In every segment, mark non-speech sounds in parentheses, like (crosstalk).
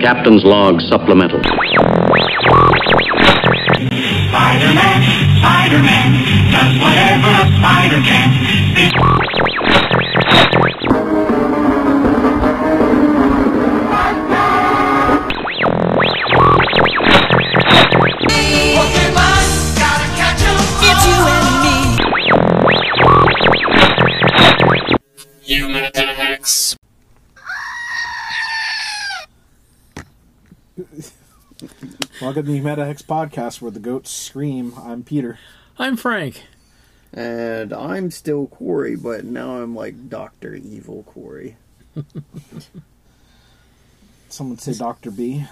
Captain's Log Supplemental. Spider-Man, Spider-Man, does whatever a spider can. Pokemon, gotta catch 'em It's you and me. Human attacks. Welcome to the MetaHex podcast where the goats scream. I'm Peter. I'm Frank. And I'm still Corey, but now I'm like Doctor Evil Corey. Some would say Dr. B.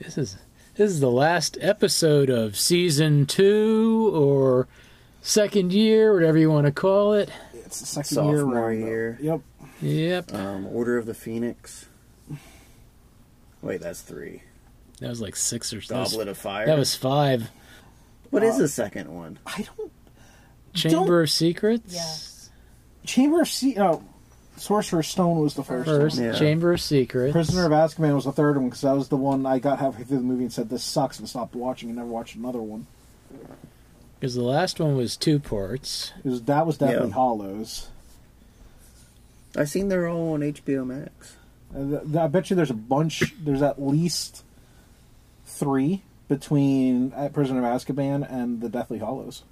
This is this is the last episode of season two or second year, whatever you want to call it. It's the second year Sophomore round. year. Yep. Yep, Um, Order of the Phoenix. Wait, that's three. that was like six or that was- Goblet of Fire. That was five. What is the second one? I don't. Chamber of Secrets. Chamber of Sea. Oh, Sorcerer's Stone was the first. First, one. Yeah. Chamber of Secrets. Prisoner of Azkaban was the third one because that was the one I got halfway through the movie and said this sucks and stopped watching and never watched another one. Because the last one was two parts. It was, that was Deathly Yeah. Hollows. I seen they're all on HBO Max. Uh, th- th- I bet you there's a bunch. There's at least three between uh, Prisoner of Azkaban and the Deathly Hollows.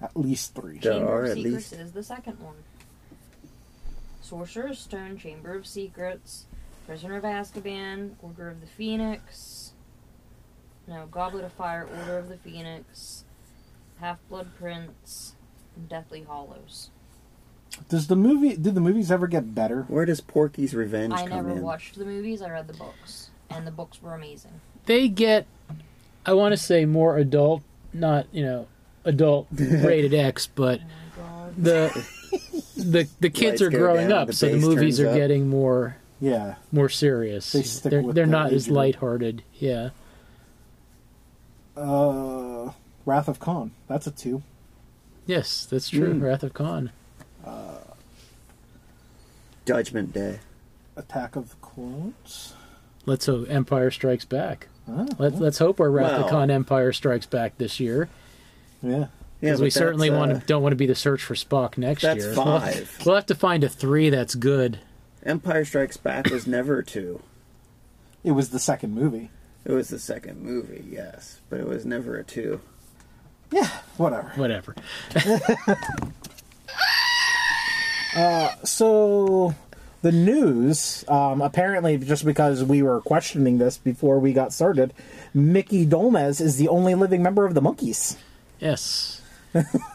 At least three. Yeah. There Chamber are of at Secrets least- is the second one. Sorcerer's Stone, Chamber of Secrets, Prisoner of Azkaban, Order of the Phoenix. No, Goblet of Fire, Order of the Phoenix, Half Blood Prince, and Deathly Hollows. Does the movie? Did the movies ever get better? Where does Porky's Revenge I come never in? watched the movies, I read the books. And the books were amazing. They get, I want to say, more adult, not you know, (laughs) adult rated X, but Oh my god. the the the kids Lights are go growing down, up, the so the bass movies turns are up. getting more Yeah. more serious. They stick are with they're the not as major- lighthearted. Yeah. Uh, Wrath of Khan. That's a two. Yes, that's true. Mm. Wrath of Khan. Judgment Day. Attack of the Clones. Let's hope Empire Strikes Back. Oh, Let, let's hope our Wrath Wow. of Khan Empire Strikes Back this year, yeah. Yeah, because but we certainly that's, want uh, to don't want to be the search for Spock next That's year. (laughs) We'll have, five. we'll have to find a three that's good. Empire Strikes Back was never two. It was the second movie. It was the second movie, yes, but it was never a two. Yeah. Whatever. Whatever. So the news. Um, apparently, just because we were questioning this before we got started, Mickey Dolmez is the only living member of the monkeys. Yes.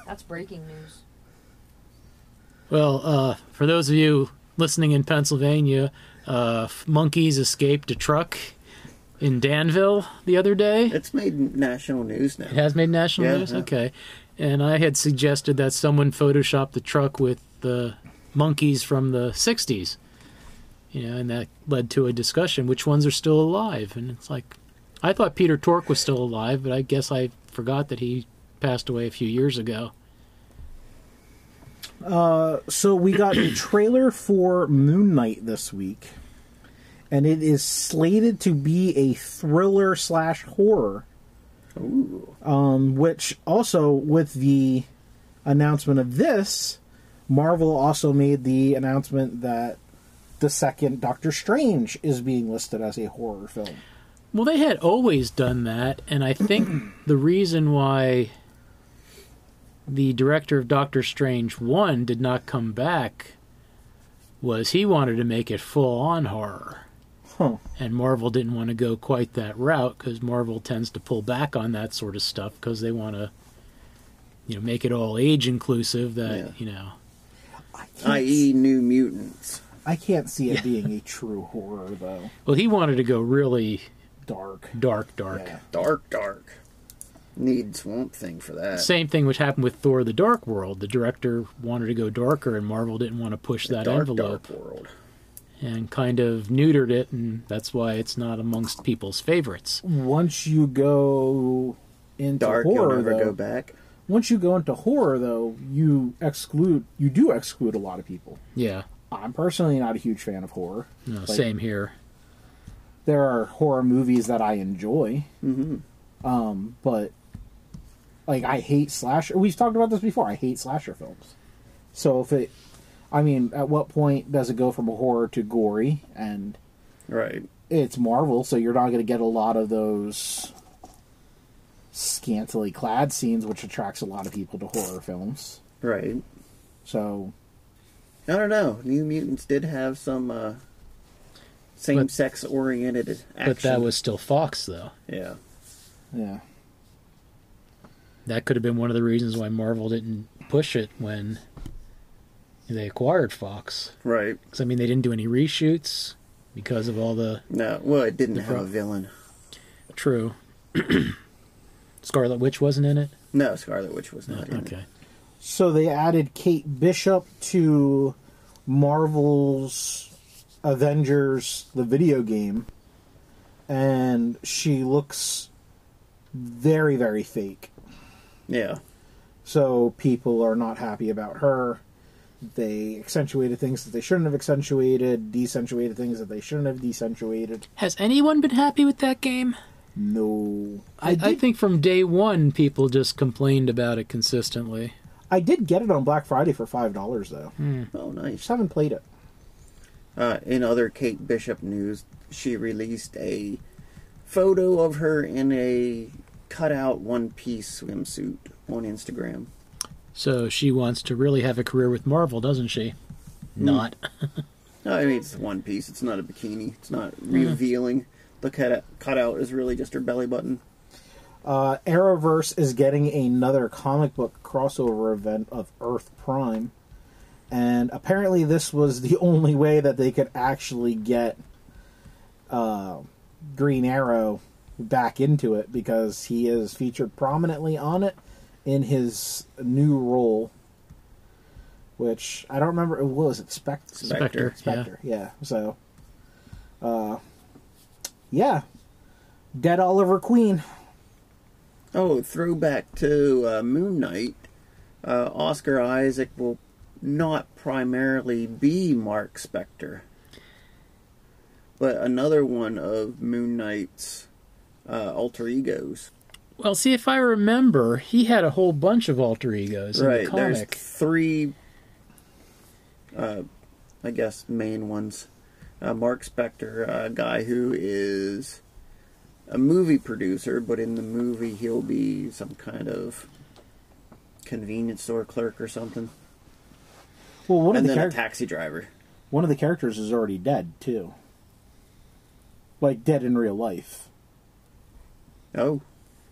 That's breaking news. Well, uh, for those of you listening in Pennsylvania, uh, f- monkeys escaped a truck in Danville the other day. It's made national news now. It has made national Yeah, news. yeah. Okay, and I had suggested that someone photoshopped the truck with the monkeys from the '60s. You know, and that led to a discussion: which ones are still alive? And it's like, I thought Peter Tork was still alive, but I guess I forgot that he passed away a few years ago. So we got (clears throat) a trailer for Moon Knight this week, and it is slated to be a thriller slash horror. Um, which also with the announcement of this, Marvel also made the announcement that the second Doctor Strange is being listed as a horror film. Well, they had always done that, and I think the reason why the director of Doctor Strange 1 did not come back was he wanted to make it full on horror. Huh. And Marvel didn't want to go quite that route because Marvel tends to pull back on that sort of stuff because they want to, you know, make it all age inclusive. That Yeah. you know, I can't, I.e., E New Mutants. I can't see it being a true horror (laughs) though. well, he wanted to go really Dark. dark, dark. Yeah. Dark, dark. Need Swamp Thing for that. Same thing which happened with Thor: The Dark World. The director wanted to go darker, and Marvel didn't want to push that dark, envelope dark world. and kind of neutered it, and that's why it's not amongst people's favorites. Once you go into Dark, horror, you'll never though, go back. once you go into horror though you exclude you do exclude a lot of people Yeah, i'm personally not a huge fan of horror no, Like, same here. there are horror movies that I enjoy, Mhm. um, but like I hate slasher. We've talked about this before. I hate slasher films. So if it, I mean, at what point does it go from a horror to gory? And Right. it's Marvel, so you're not going to get a lot of those scantily clad scenes, which attracts a lot of people to horror films. Right. So I don't know. New Mutants did have some uh, same-sex oriented action. But that was still Fox, though. yeah. yeah, That could have been one of the reasons why Marvel didn't push it when they acquired Fox. Right. Because, I mean, they didn't do any reshoots because of all the No. Well, it didn't have pro- a villain. true. (clears throat) Scarlet Witch wasn't in it? No, Scarlet Witch was not. in it. Okay. So they added Kate Bishop to Marvel's Avengers, the video game, and she looks very, very fake. Yeah. So people are not happy about her. They accentuated things that they shouldn't have accentuated, decentuated things that they shouldn't have decentuated. Has anyone been happy with that game? No. I, I think from day one, people just complained about it consistently. I did get it on Black Friday for $5, though. Oh, Just nice. haven't played it. Uh, in other Kate Bishop news, she released a photo of her in a cutout one-piece swimsuit on Instagram. So she wants to really have a career with Marvel, doesn't she? Hmm. Not. No, I mean it's one piece. It's not a bikini. It's not revealing. The cutout, cutout is really just her belly button. Uh, Arrowverse is getting another comic book crossover event of Earth Prime, and apparently this was the (laughs) only way that they could actually get uh, Green Arrow back into it because he is featured prominently on it in his new role, which I don't remember. What was it? Spectre. Spectre. Spectre. Yeah. So, uh, yeah, Dead Oliver Queen. Oh, throwback to uh, Moon Knight. Uh, Oscar Isaac will not primarily be Mark Spector, but another one of Moon Knight's uh, alter egos. Well, see, if I remember, he had a whole bunch of alter egos in right, the there's comic. three, uh, I guess, main ones. Uh, Mark Spector, a guy who is a movie producer, but in the movie he'll be some kind of convenience store clerk or something, Well, one of and the then a characters. taxi driver. one of the characters is already dead too like dead in real life Oh,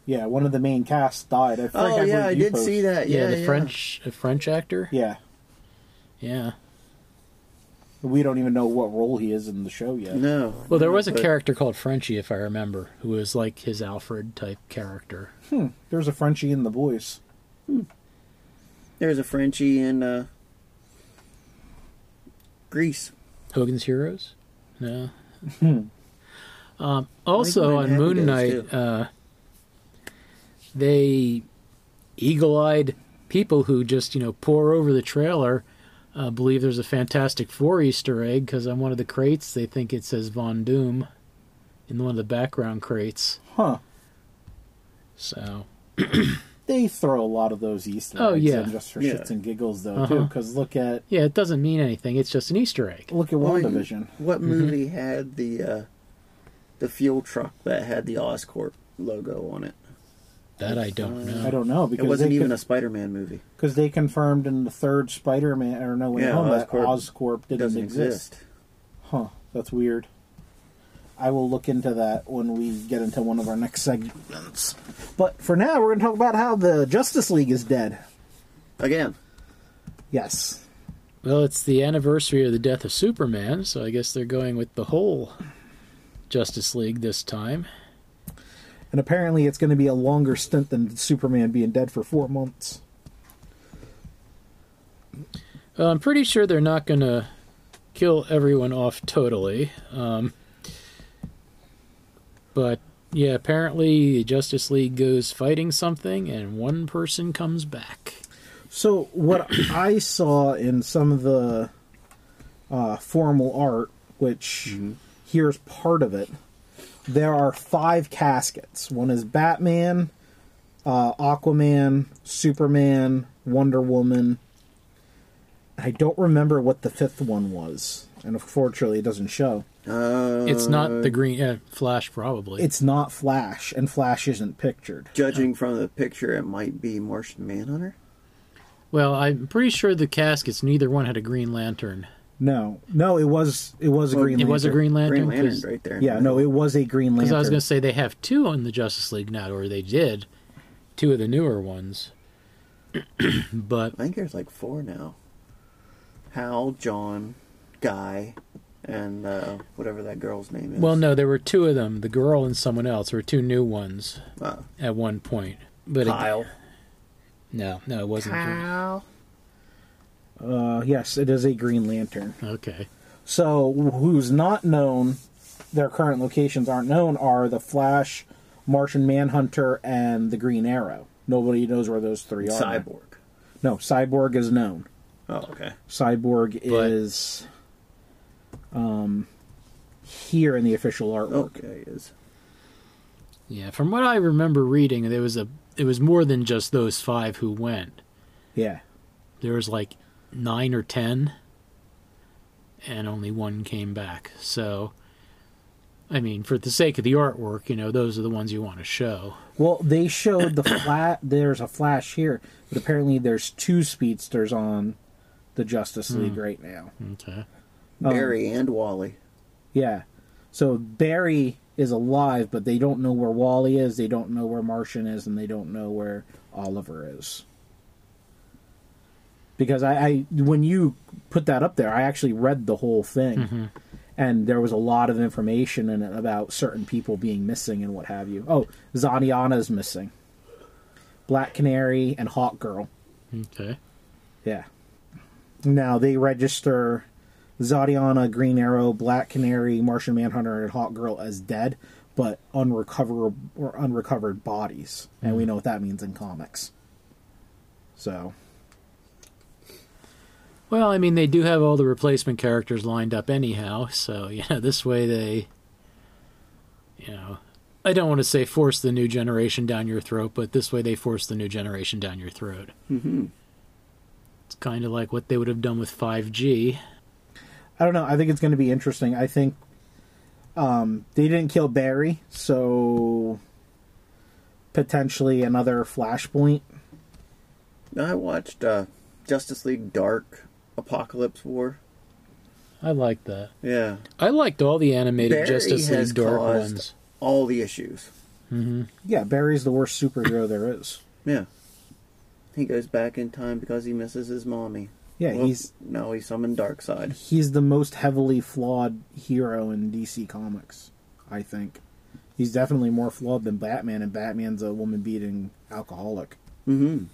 yeah one of the main cast died I think oh I've yeah, heard I you did post- see that. yeah, Yeah, the yeah. French, a French actor. yeah Yeah. we don't even know what role he is in the show yet No. Well, there was a But- character called Frenchie, if I remember, who was like his Alfred type character. there's a frenchie in the boys There's a Frenchie in uh, Greece. Hogan's Heroes. No. (laughs) um, also mine on had Moon those, Knight, too. uh, they eagle-eyed people who just you know pour over the trailer. Uh, believe there's a Fantastic Four Easter egg because on one of the crates they think it says Von Doom, in one of the background crates. huh So they throw a lot of those Easter Oh, eggs yeah. in just for Yeah. shits and giggles though Uh-huh. too because look at yeah, it doesn't mean anything. It's just an Easter egg. look at Well, WandaVision What movie had the uh, the fuel truck that had the Oscorp logo on it? That I don't know. I don't know It because wasn't they even con- a Spider-Man movie. cause they confirmed in the third Spider-Man or no way Yeah, home that Oscorp Oscorp It didn't doesn't exist. exist. Huh, that's weird. I will look into that when we get into one of our next segments. But for now, we're going to talk about how the Justice League is dead. Again, Yes. Well, it's the anniversary of the death of Superman, so I guess they're going with the whole Justice League this time. And apparently, it's going to be a longer stint than Superman being dead for four months. Well, Uh, I'm pretty sure they're not going to kill everyone off totally. Um, but yeah, apparently the Justice League goes fighting something, and one person comes back. So, what I saw in some of the uh, formal art, which here's part of it, there are five caskets. One is Batman, uh, Aquaman, Superman, Wonder Woman. I don't remember what the fifth one was, and unfortunately, it doesn't show. Uh, It's not the green uh, Flash, probably. It's not Flash, and Flash isn't pictured. judging from the picture, it might be Martian Manhunter. well, I'm pretty sure the caskets. Neither one had a Green Lantern. No, no, it was it was a Well, Green. It was a Lantern. Green Lantern. Green Lantern, 'cause- right there. Yeah, no, it was a Green Because Lantern. I was going to say they have two in the Justice League now, or they did, two of the newer ones. (clears throat) but I think there's like four now. Hal, John, Guy, and uh, whatever that girl's name is. well, no, there were two of them. The girl and someone else were two new ones Uh, at one point. But it- Kyle. no, no, it wasn't. Uh, yes, it is a Green Lantern. Okay, So, who's not known, their current locations aren't known, are the Flash, Martian Manhunter, and the Green Arrow. Nobody knows where those three are. Cyborg. No, Cyborg is known. Oh, okay. Cyborg But- is um, here in the official artwork. Okay, is yeah. From what I remember reading, there was a. It was more than just those five who went. Yeah. There was like nine or ten, and only one came back. So, I mean, for the sake of the artwork, you know, those are the ones you want to show. Well, they showed the flat. There's a Flash here, but apparently there's two speedsters on the Justice League right now. Okay. Barry and Wally. Yeah. So Barry is alive, but they don't know where Wally is, they don't know where Martian is, and they don't know where Oliver is. Because I, I when you put that up there, I actually read the whole thing. And there was a lot of information in it about certain people being missing and what have you. Oh, Zaniana's missing. Black Canary and Hawk Girl. Okay. Yeah. Now they register Zodiana, Green Arrow, Black Canary, Martian Manhunter, and Hawk Girl as dead, but unrecoverable or unrecovered bodies, and we know what that means in comics. So Well, I mean, they do have all the replacement characters lined up anyhow, so (laughs) you know, this way they, you know, I don't want to say force the new generation down your throat, but this way they force the new generation down your throat. Mm-hmm. It's kind of like what they would have done with 5G. I don't know. I think it's going to be interesting. I think um, they didn't kill Barry, so potentially another Flashpoint. Now I watched uh, Justice League Dark Apocalypse War. I like that. Yeah, I liked all the animated Barry Justice has League Dark caused- ones. all the issues. Yeah, Barry's the worst superhero there is. Yeah, he goes back in time because he misses his mommy. Yeah, Well, he's no, he summoned Darkseid. he's the most heavily flawed hero in DC Comics. I think he's definitely more flawed than Batman, and Batman's a woman beating alcoholic. Mm-hmm.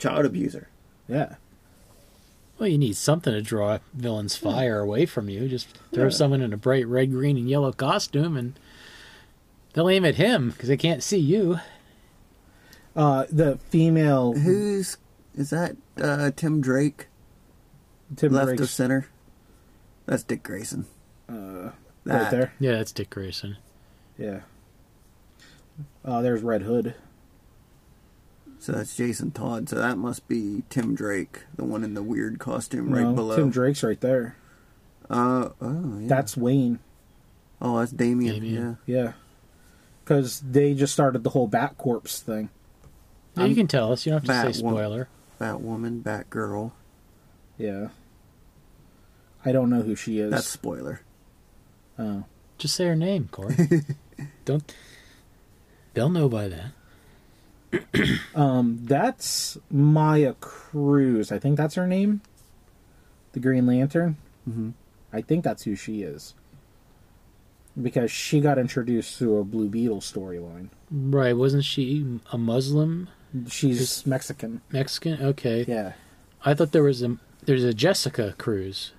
Child abuser. Yeah, Well, you need something to draw villains' fire away from you. Just throw someone in a bright red, green, and yellow costume, and they'll aim at him because they can't see you. uh, the female Who's is that? Uh, Tim Drake, Tim left Drake's of center. That's Dick Grayson. Uh, right there. Yeah, that's Dick Grayson. Yeah. Uh, there's Red Hood. So that's Jason Todd. So that must be Tim Drake, the one in the weird costume right No, below. Tim Drake's right there. Uh, oh, yeah. That's Wayne. oh, that's Damien. Damien. Yeah. Yeah. Because they just started the whole Batcorpse thing. Yeah, you can tell us. You don't have to Batwoman. say spoiler. Batwoman, Batgirl. Yeah. I don't know who she is. That's spoiler. Oh. Just say her name, (laughs) Corey. don't. They'll know by then. Um, that's Maya Cruz. I think that's her name. The Green Lantern. Mm-hmm. I think that's who she is. Because she got introduced through a Blue Beetle storyline. Right? Wasn't she a Muslim She's Mexican. Mexican? Okay. Yeah. I thought there was a there's a Jessica Cruz,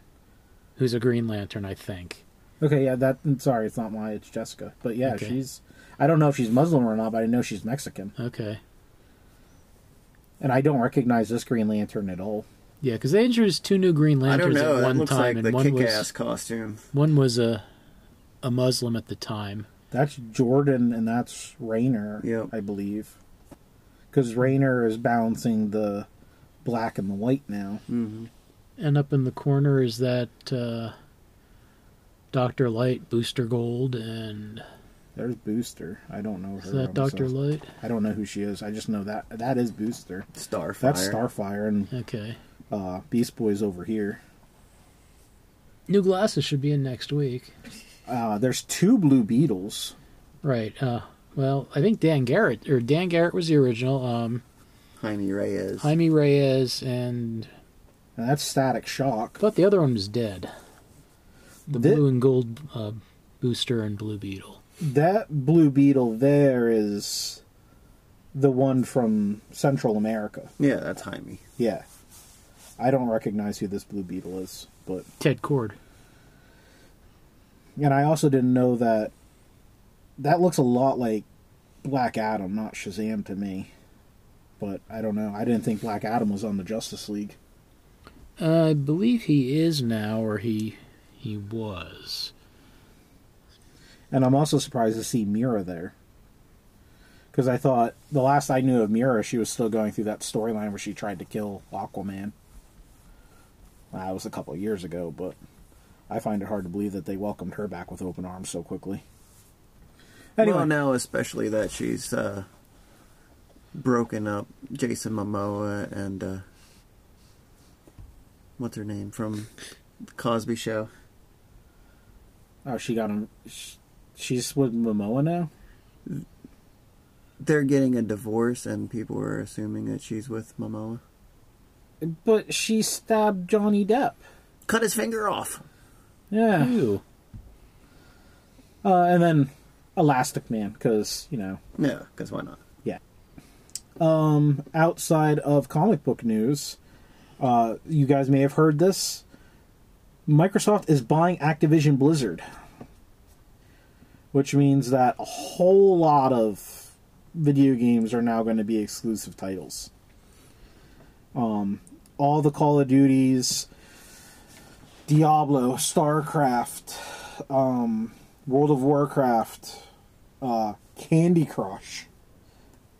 who's a Green Lantern, I think. Okay, yeah, that I'm sorry, it's not Maya, it's Jessica. But yeah, Okay. she's I don't know if she's Muslim or not, but I know she's Mexican. Okay. And I don't recognize this Green Lantern at all. Yeah, because they introduced two new Green I don't Lanterns know. at That one looks time, like the and one kick was ass costume. one was a a Muslim at the time. That's Jordan and that's Rayner, Yep. I believe. Because Rayner is balancing the black and the white now. And up in the corner is that uh, Doctor Light, Booster Gold, and There's Booster. I don't know her. is that I'm Doctor so- Light? I don't know who she is. I just know that that is Booster. Starfire. That's Starfire and Okay. uh, Beast Boy's over here. New glasses should be in next week. Uh, there's two Blue Beetles. Right. Uh, well, I think Dan Garrett or Dan Garrett was the original. Um, Jaime Reyes. Jaime Reyes and And that's Static I Shock. thought the other one was dead. The Thi- blue and gold uh, booster and blue beetle. That Blue Beetle there is the one from Central America. Yeah, that's Jaime. Yeah. I don't recognize who this Blue Beetle is, but Ted Cord. and I also didn't know that that looks a lot like Black Adam, not Shazam to me. But I don't know. I didn't think Black Adam was on the Justice League. Uh, I believe he is now, or he he was. And I'm also surprised to see Mira there. Because I thought the last I knew of Mira, she was still going through that storyline where she tried to kill Aquaman. That was a couple of years ago, but I find it hard to believe that they welcomed her back with open arms so quickly. Anyway, Well, now especially that she's uh, broken up Jason Momoa and uh, what's her name from the Cosby Show. oh, she got him. sh- She's with Momoa now. They're getting a divorce, and people are assuming that she's with Momoa. But she stabbed Johnny Depp. Cut his finger off. Yeah. Ew. Uh, and then Elastic Man, because, you know, No, because why not? yeah. Um, outside of comic book news, uh, you guys may have heard this. Microsoft is buying Activision Blizzard, which means that a whole lot of video games are now going to be exclusive titles. Um, all the Call of Duties, Diablo, StarCraft, um, World of Warcraft, uh, Candy Crush,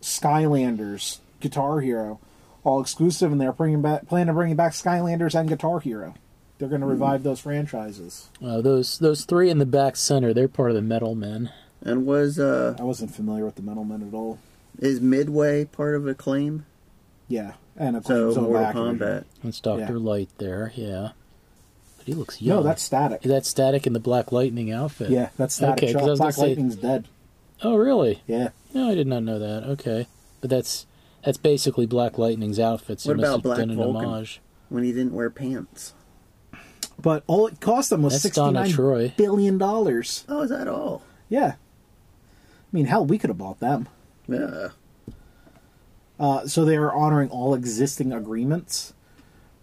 Skylanders, Guitar Hero, all exclusive, and they're bringing back plan to bringing back Skylanders and Guitar Hero. They're going to Hmm. revive those franchises. Uh, those those three in the back center, they're part of the Metal Men. And was uh, I wasn't familiar with the Metal Men at all. is Midway part of Acclaim? Yeah, and of So course, on Mortal back. Kombat. That's Doctor Yeah. Light there. Yeah, but he looks young. No, that's static. Is that Static in the Black Lightning outfit. Yeah, that's static. Okay, 'cause I was gonna Black say- Lightning's dead. Oh, really? Yeah, No, I did not know that. Okay, but that's that's basically Black Lightning's outfits. What unless about you've Black done an Vulcan? homage. When he didn't wear pants. but all it cost them was That's Donna sixty-nine Troy. billion dollars. Oh, is that all? Yeah, I mean, hell, we could have bought them. Yeah. Uh, so they are honoring all existing agreements,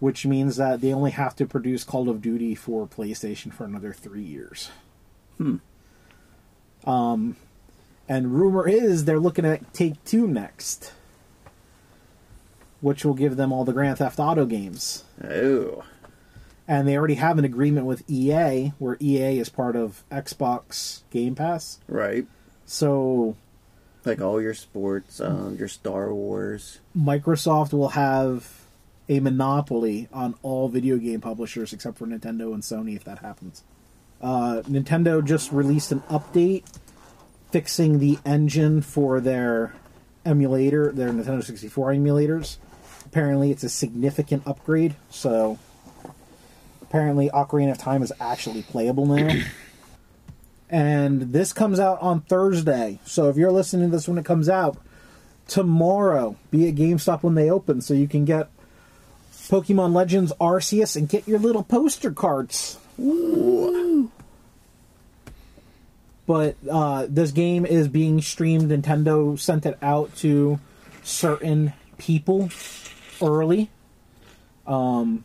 which means that they only have to produce Call of Duty for PlayStation for another three years. Hmm. Um, and rumor is they're looking at Take Two next, which will give them all the Grand Theft Auto games. Oh. And they already have an agreement with EA, where EA is part of Xbox Game Pass. Right. So Like all your sports, um, your Star Wars. Microsoft will have a monopoly on all video game publishers except for Nintendo and Sony if that happens. Uh, Nintendo just released an update fixing the engine for their emulator, their Nintendo 64 emulators. Apparently, it's a significant upgrade, so apparently, Ocarina of Time is actually playable now. and this comes out on Thursday, so if you're listening to this when it comes out, tomorrow. Be at GameStop when they open, so you can get Pokemon Legends Arceus and get your little poster cards. But uh, this game is being streamed. Nintendo sent it out to certain people early. Yeah,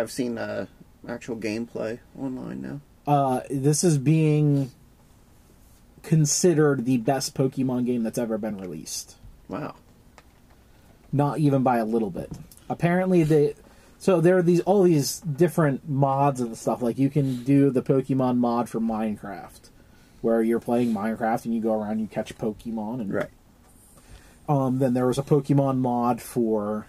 I've seen uh, actual gameplay online now. Uh, this is being considered the best Pokemon game that's ever been released. Wow. not even by a little bit. Apparently, they so there are these all these different mods and stuff. Like you can do the Pokemon mod for Minecraft. where you're playing Minecraft and you go around and you catch Pokemon and Right. um, then there was a Pokemon mod for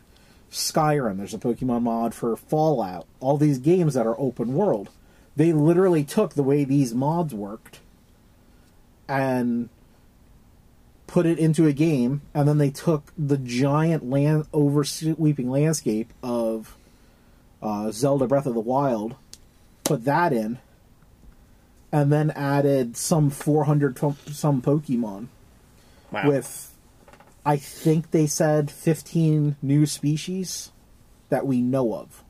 Skyrim. There's a Pokemon mod for Fallout. All these games that are open world, they literally took the way these mods worked and put it into a game, and then they took the giant land oversweeping landscape of uh, Zelda Breath of the Wild, put that in, and then added some 400 to- some Pokemon Wow. with I think they said 15 new species that we know of.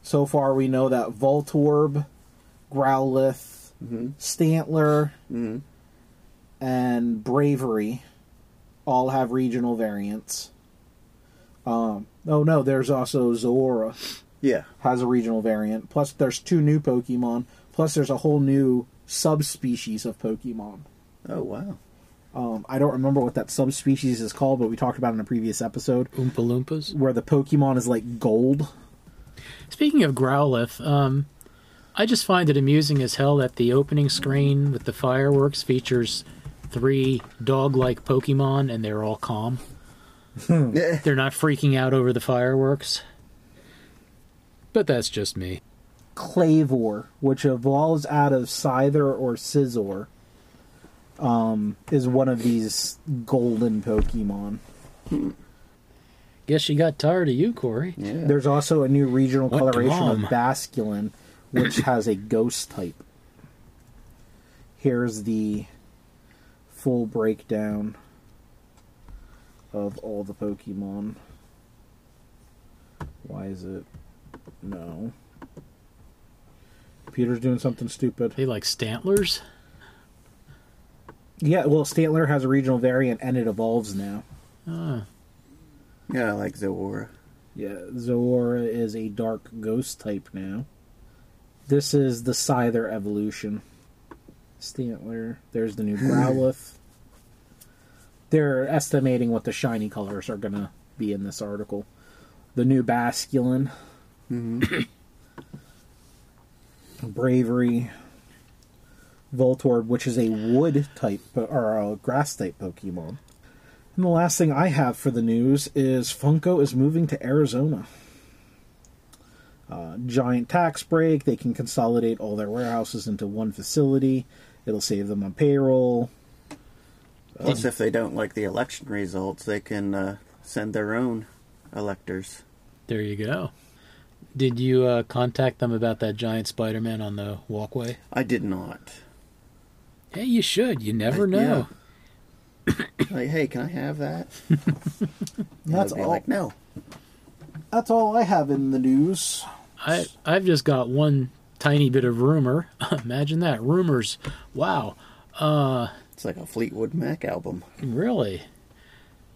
So far we know that Voltorb, Growlithe, Stantler, and Bravery all have regional variants. Um, oh no, there's also Zora yeah. has a regional variant. Plus there's two new Pokemon, plus there's a whole new subspecies of Pokemon. Oh wow. Um, I don't remember what that subspecies is called, but we talked about it in a previous episode Oompa Loompas. where the Pokemon is like gold. Speaking of Growlithe, um, I just find it amusing as hell that the opening screen with the fireworks features three dog-like Pokemon, and they're all calm. Yeah. They're not freaking out over the fireworks. But that's just me. Clavor, which evolves out of Scyther or Scizor, um, is one of these golden Pokemon. Guess she got tired of you, Corey. Yeah. There's also a new regional What coloration grom? of Basculin, which has a ghost type. Here's the full breakdown of all the Pokemon. Why is it? No. Peter's doing something stupid. They like Stantlers. Yeah, well, Stantler has a regional variant and it evolves now. Ah, Yeah, I like Zora. Yeah, Zora is a dark ghost type now. This is the Scyther evolution. Stantler. There's the new Growlithe. They're estimating what the shiny colors are going to be in this article. The new Basculin. (coughs) Bravery. Voltorb, which is a wood type or a grass type Pokemon. And the last thing I have for the news is Funko is moving to Arizona. Uh, giant tax break. They can consolidate all their warehouses into one facility. It'll save them on payroll. Plus, if they don't like the election results, they can uh, send their own electors. there you go. Did you uh, contact them about that giant Spider-Man on the walkway? I did (coughs) not. Hey, you should. You never know. Like, hey, can I have that? And That's they'll be all. Like, no. That's all I have in the news. I I've just got one tiny bit of rumor. (laughs) Imagine that rumors. Wow, It's like a Fleetwood Mac album. really?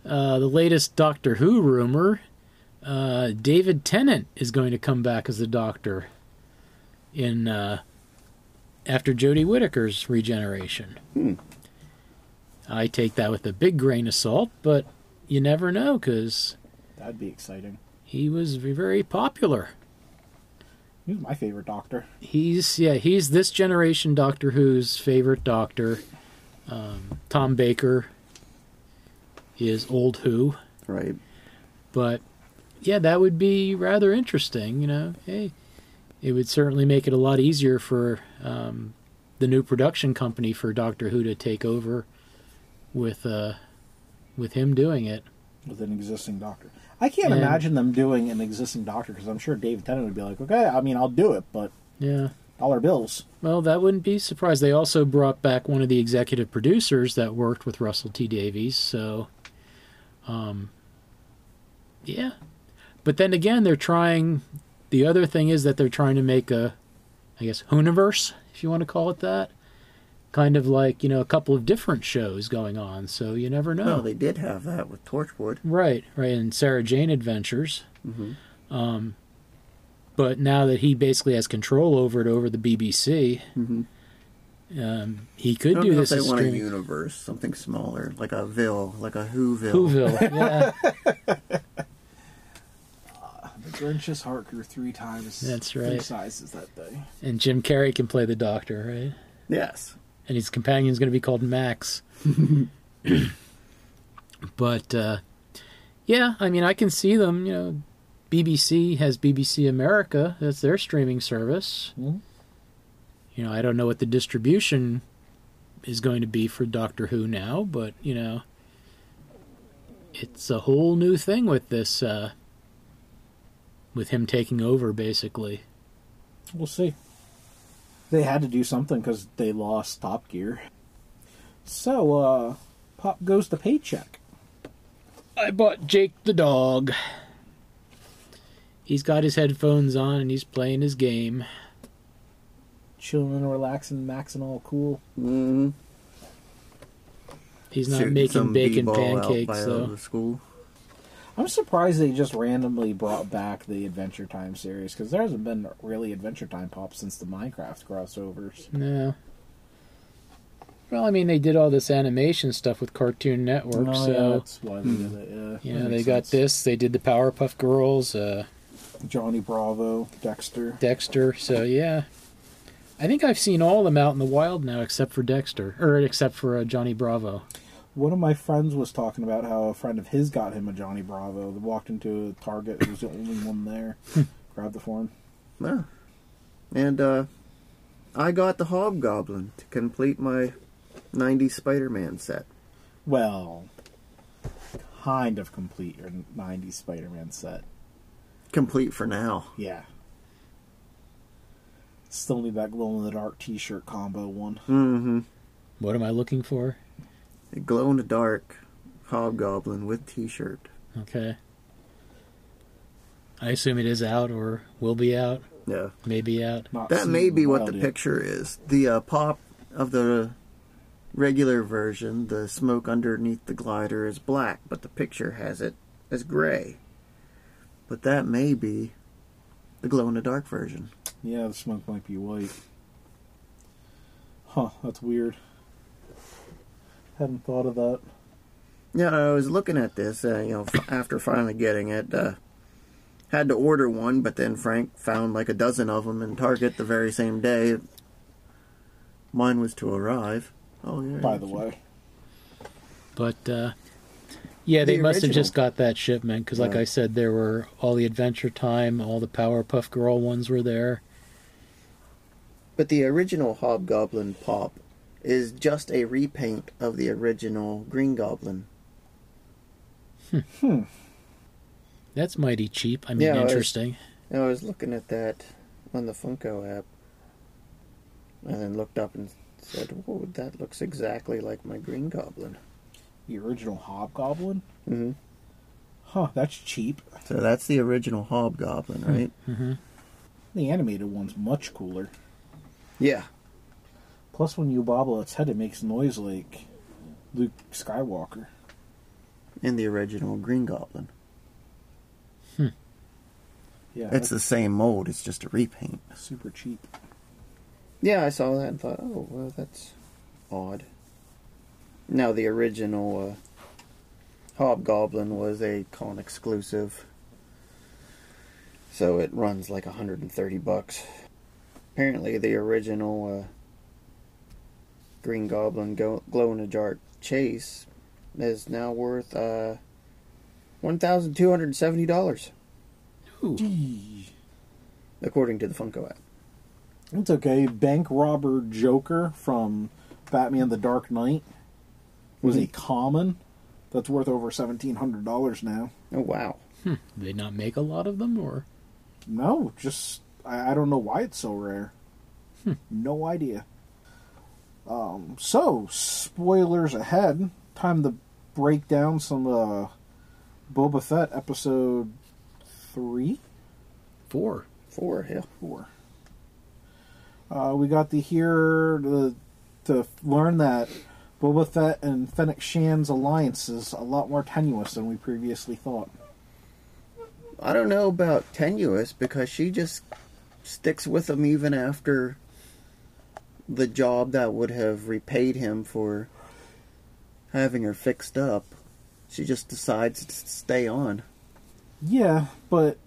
Uh, the latest Doctor Who rumor: uh, David Tennant is going to come back as the Doctor in uh, after Jodie Whittaker's regeneration. I take that with a big grain of salt, but you never know because That'd be exciting. he was v- very popular. He's my favorite doctor. he's yeah he's this generation Doctor Who's favorite Doctor. Um, Tom Baker is old Who, Right. but yeah, that would be rather interesting. You know, hey, it would certainly make it a lot easier for um, the new production company for Doctor Who to take over with uh, with him doing it. with an existing doctor. I can't And- imagine them doing an existing doctor because I'm sure David Tennant would be like, okay, I mean, I'll do it, but Yeah. dollar bills. Well, that wouldn't be surprised. They also brought back one of the executive producers that worked with Russell T Davies, so um yeah. But then again, they're trying the other thing is that they're trying to make a I guess universe, if you want to call it that. Kind of like, you know, a couple of different shows going on, so you never know. Well, they did have that with Torchwood. Right, right, and Sarah Jane Adventures. Um, Mm-hmm. but now that he basically has control over it over the BBC, um, he Mm-hmm. I could don't do know this if as they want a streaming. universe, something smaller, like a Ville, like a Whoville. Whoville, (laughs) yeah, The Grinch's heart grew three times. That's right. sizes that day. and Jim Carrey can play the Doctor, right? Yes. and his companion's going to be called Max. but uh, yeah, I mean, I can see them. You know, BBC has BBC America. That's their streaming service. Mhm. You know, I don't know what the distribution is going to be for Doctor Who now, but you know, it's a whole new thing with this. Uh, with him taking over, basically. We'll see. They had to do something because they lost Top Gear. So, uh, Pop goes the paycheck. I bought Jake the dog. He's got his headphones on and he's playing his game. Chilling, relaxing, maxing all cool. Mm-hmm. He's not making bacon pancakes though. The school. I'm surprised they just randomly brought back the Adventure Time series because there hasn't been really Adventure Time pop since the Minecraft crossovers. No. Well, I mean, they did all this animation stuff with Cartoon Network, Oh, yeah, so that's why they did it. Yeah, you that know they makes got sense. this. They did the Powerpuff Girls, uh, Johnny Bravo, Dexter. Dexter. So yeah, I think I've seen all of them out in the wild now, except for Dexter, or except for uh, Johnny Bravo. One of my friends was talking about how a friend of his got him a Johnny Bravo. They walked into a Target, it was the only one there. Grabbed the form. Yeah. And uh, I got the Hobgoblin to complete my 90 Spider-Man set. Well, kind of complete your 90s Spider Man set. Complete for now. Yeah. Still need that glow in the dark t shirt combo one. Mm-hmm. What am I looking for? A glow-in-the-dark Hobgoblin with T-shirt. Okay. I assume it is out or will be out, Yeah. maybe out. Not That seen may in be a what while the yet. picture is. The uh, pop of the regular version, the smoke underneath the glider is black, but the picture has it as gray. But that may be the glow in the dark version. Yeah, the smoke might be white. Huh, that's weird. Hadn't thought of that. Yeah, I was looking at this, uh, you know, f- after finally getting it. Uh, had to order one, but then Frank found like a dozen of them in Target the very same day. Mine was to arrive. Oh, yeah. By the way, But uh, yeah, they The must have original. just got that shipment because, like Right. I said, there were all the Adventure Time, all the Powerpuff Girl ones were there. But the original Hobgoblin pop is just a repaint of the original Green Goblin. That's mighty cheap. I mean, Yeah, it was- interesting. And I was looking at that on the Funko app and then looked up and said, Whoa, that looks exactly like my Green Goblin. the original Hobgoblin? Mm-hmm. Huh, that's cheap. So that's the original Hobgoblin, right? The animated one's much cooler. Yeah. Plus, when you bobble its head, it makes noise like Luke Skywalker. In the original Green Goblin. Yeah, It's that's the same mold, it's just a repaint. super cheap. Yeah, I saw that and thought, oh, well, that's odd. Now, the original uh, Hobgoblin was a con exclusive, so it runs like 130 bucks. Apparently, the original uh, Green Goblin go- glow in a dark chase is now worth uh, $1,270, Gee. according to the Funko app. It's okay. Bank robber Joker from Batman: The Dark Knight was a common that's worth over seventeen hundred dollars now. Oh, wow. Did they not make a lot of them, or No, just I, I don't know why it's so rare. Hmm. No idea. Um, so spoilers ahead. Time to break down some uh, Boba Fett episode three, four? Four, yeah. four. Uh, we got to hear the to learn that Boba Fett and Fennec Shan's alliance is a lot more tenuous than we previously thought. I don't know about tenuous because she just sticks with him even after the job that would have repaid him for having her fixed up. She just decides to stay on. Yeah, but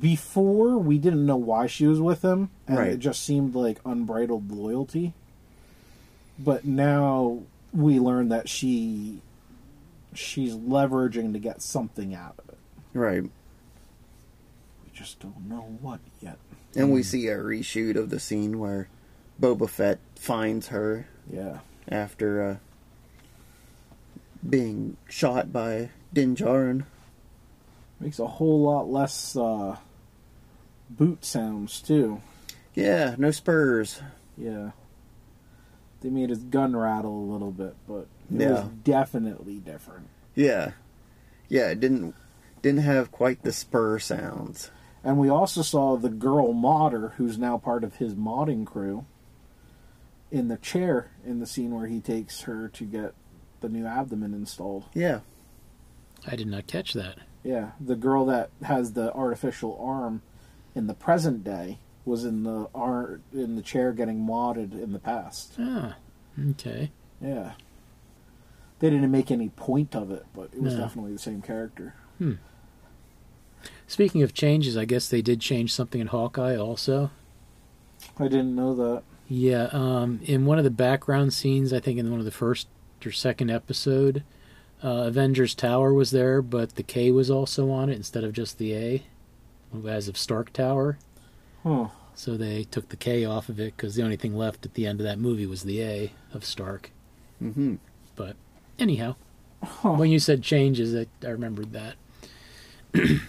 before we didn't know why she was with him, and Right. it just seemed like unbridled loyalty. but now we learn that she she's leveraging to get something out of it. Right. We just don't know what yet. And we see a reshoot of the scene where Boba Fett finds her Yeah. after uh, being shot by Din Djarin. Makes a whole lot less uh, boot sounds too. Yeah, no spurs. Yeah. They made his gun rattle a little bit, but it was Yeah. definitely different. Yeah, yeah. It didn't didn't have quite the spur sounds. And we also saw the girl modder, who's now part of his modding crew, in the chair in the scene where he takes her to get the new abdomen installed. Yeah, I did not catch that. Yeah, the girl that has the artificial arm in the present day was in the ar- in the chair getting modded in the past. Ah, okay. Yeah. They didn't make any point of it, but it was No. definitely the same character. Speaking of changes, I guess they did change something in Hawkeye also. I didn't know that. Yeah, um, in one of the background scenes, I think in one of the first or second episode, uh, Avengers Tower was there, but the K was also on it instead of just the A, as of Stark Tower. Huh. So they took the K off of it because the only thing left at the end of that movie was the A of Stark. Mhm. But anyhow, when you said changes, I, I remembered that. (clears throat)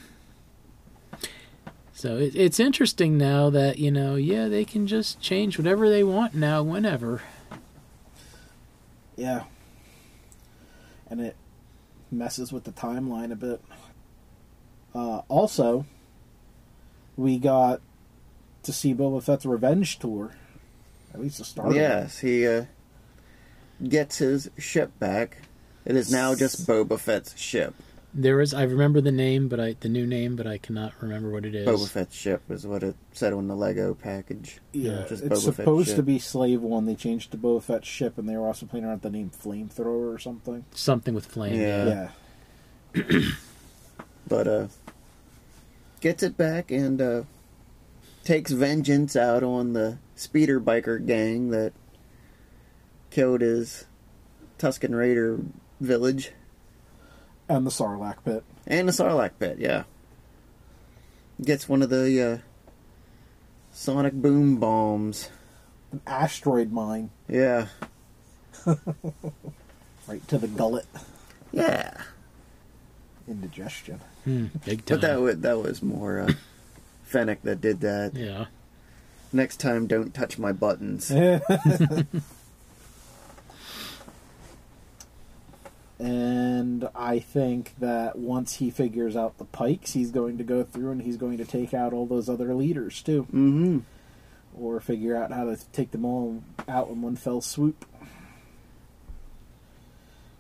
so it, it's interesting now that you know, yeah, they can just change whatever they want now, whenever. Yeah. And it messes with the timeline a bit. Uh, also, we got to see Boba Fett's revenge tour. At least the start. of it. yes. He uh, gets his ship back. It is now just Boba Fett's ship. There is, I remember the name, but I the new name, but I cannot remember what it is. Boba Fett's ship is what it said on the Lego package. Yeah, it's Just Boba Fett's supposed to ship. be Slave One. They changed to Boba Fett's ship, and they were also playing around with the name Flamethrower or something. Something with flame. Yeah. yeah, but uh gets it back and uh takes vengeance out on the speeder biker gang that killed his Tuscan Raider village and the Sarlacc pit. and the Sarlacc pit, yeah. Gets one of the uh sonic boom bombs. An asteroid mine Yeah. right to the gullet. Yeah. Indigestion. Hmm, big time. But that was that was more uh Fennec that did that. yeah. Next time don't touch my buttons. and I think that once he figures out the pikes, he's going to go through and he's going to take out all those other leaders too, Mm-hmm. or figure out how to take them all out in one fell swoop.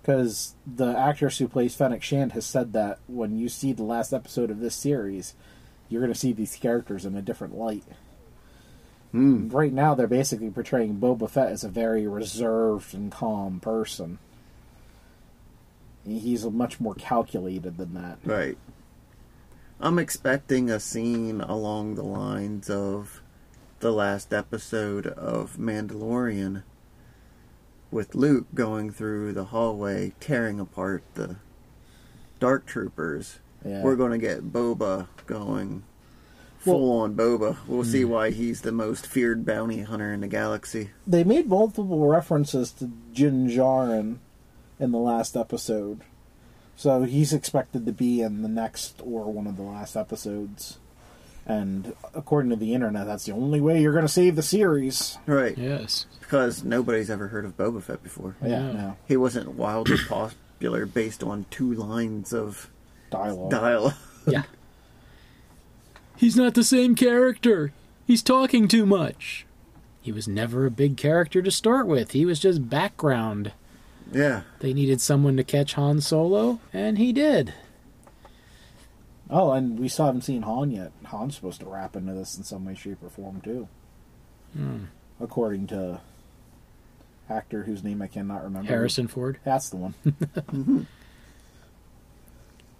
Because the actress who plays Fennec Shand has said that when you see the last episode of this series, you're going to see these characters in a different light. Right now, they're basically portraying Boba Fett as a very reserved and calm person. He's much more calculated than that. Right. I'm expecting a scene along the lines of the last episode of Mandalorian with Luke going through the hallway tearing apart the dark troopers. Yeah. We're going to get Boba going full on Boba. We'll Mm. see why he's the most feared bounty hunter in the galaxy. They made multiple references to Jin Djarin in the last episode, so he's expected to be in the next or one of the last episodes. And according to the internet, that's the only way you're going to save the series. Right. Yes. Because nobody's ever heard of Boba Fett before. Yeah, Yeah. no He wasn't wildly (clears throat) popular based on two lines of dialogue. dialogue. Yeah. (laughs) He's not the same character. He's talking too much. He was never a big character to start with. He was just background. Yeah. They needed someone to catch Han Solo, and he did. Oh, and we still haven't seen Han yet. Han's supposed to wrap into this in some way, shape, or form too, according to actor whose name I cannot remember. Harrison Ford. That's the one.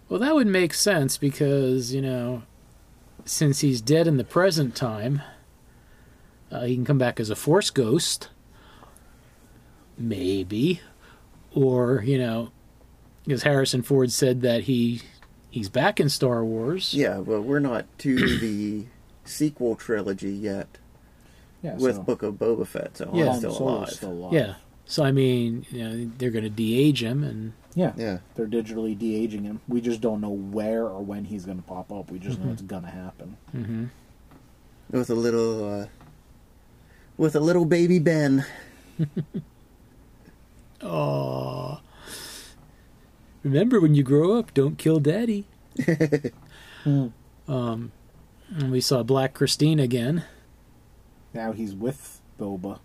Well, that would make sense because, you know, since he's dead in the present time, uh, he can come back as a Force ghost maybe, or you know, because Harrison Ford said that he he's back in Star Wars. Yeah, well, we're not to the sequel trilogy yet Yeah, with so- Book of Boba Fett, so Yeah. I'm Han still Solo's alive. still alive. Yeah. So I mean, you know, they're going to de-age him, and Yeah. Yeah. They're digitally de aging him. We just don't know where or when he's going to pop up. We just know Mm-hmm. it's going to happen. With a little, uh, with a little baby Ben. oh, remember when you grow up, don't kill daddy. um, and we saw Black Christine again. Now he's with Boba.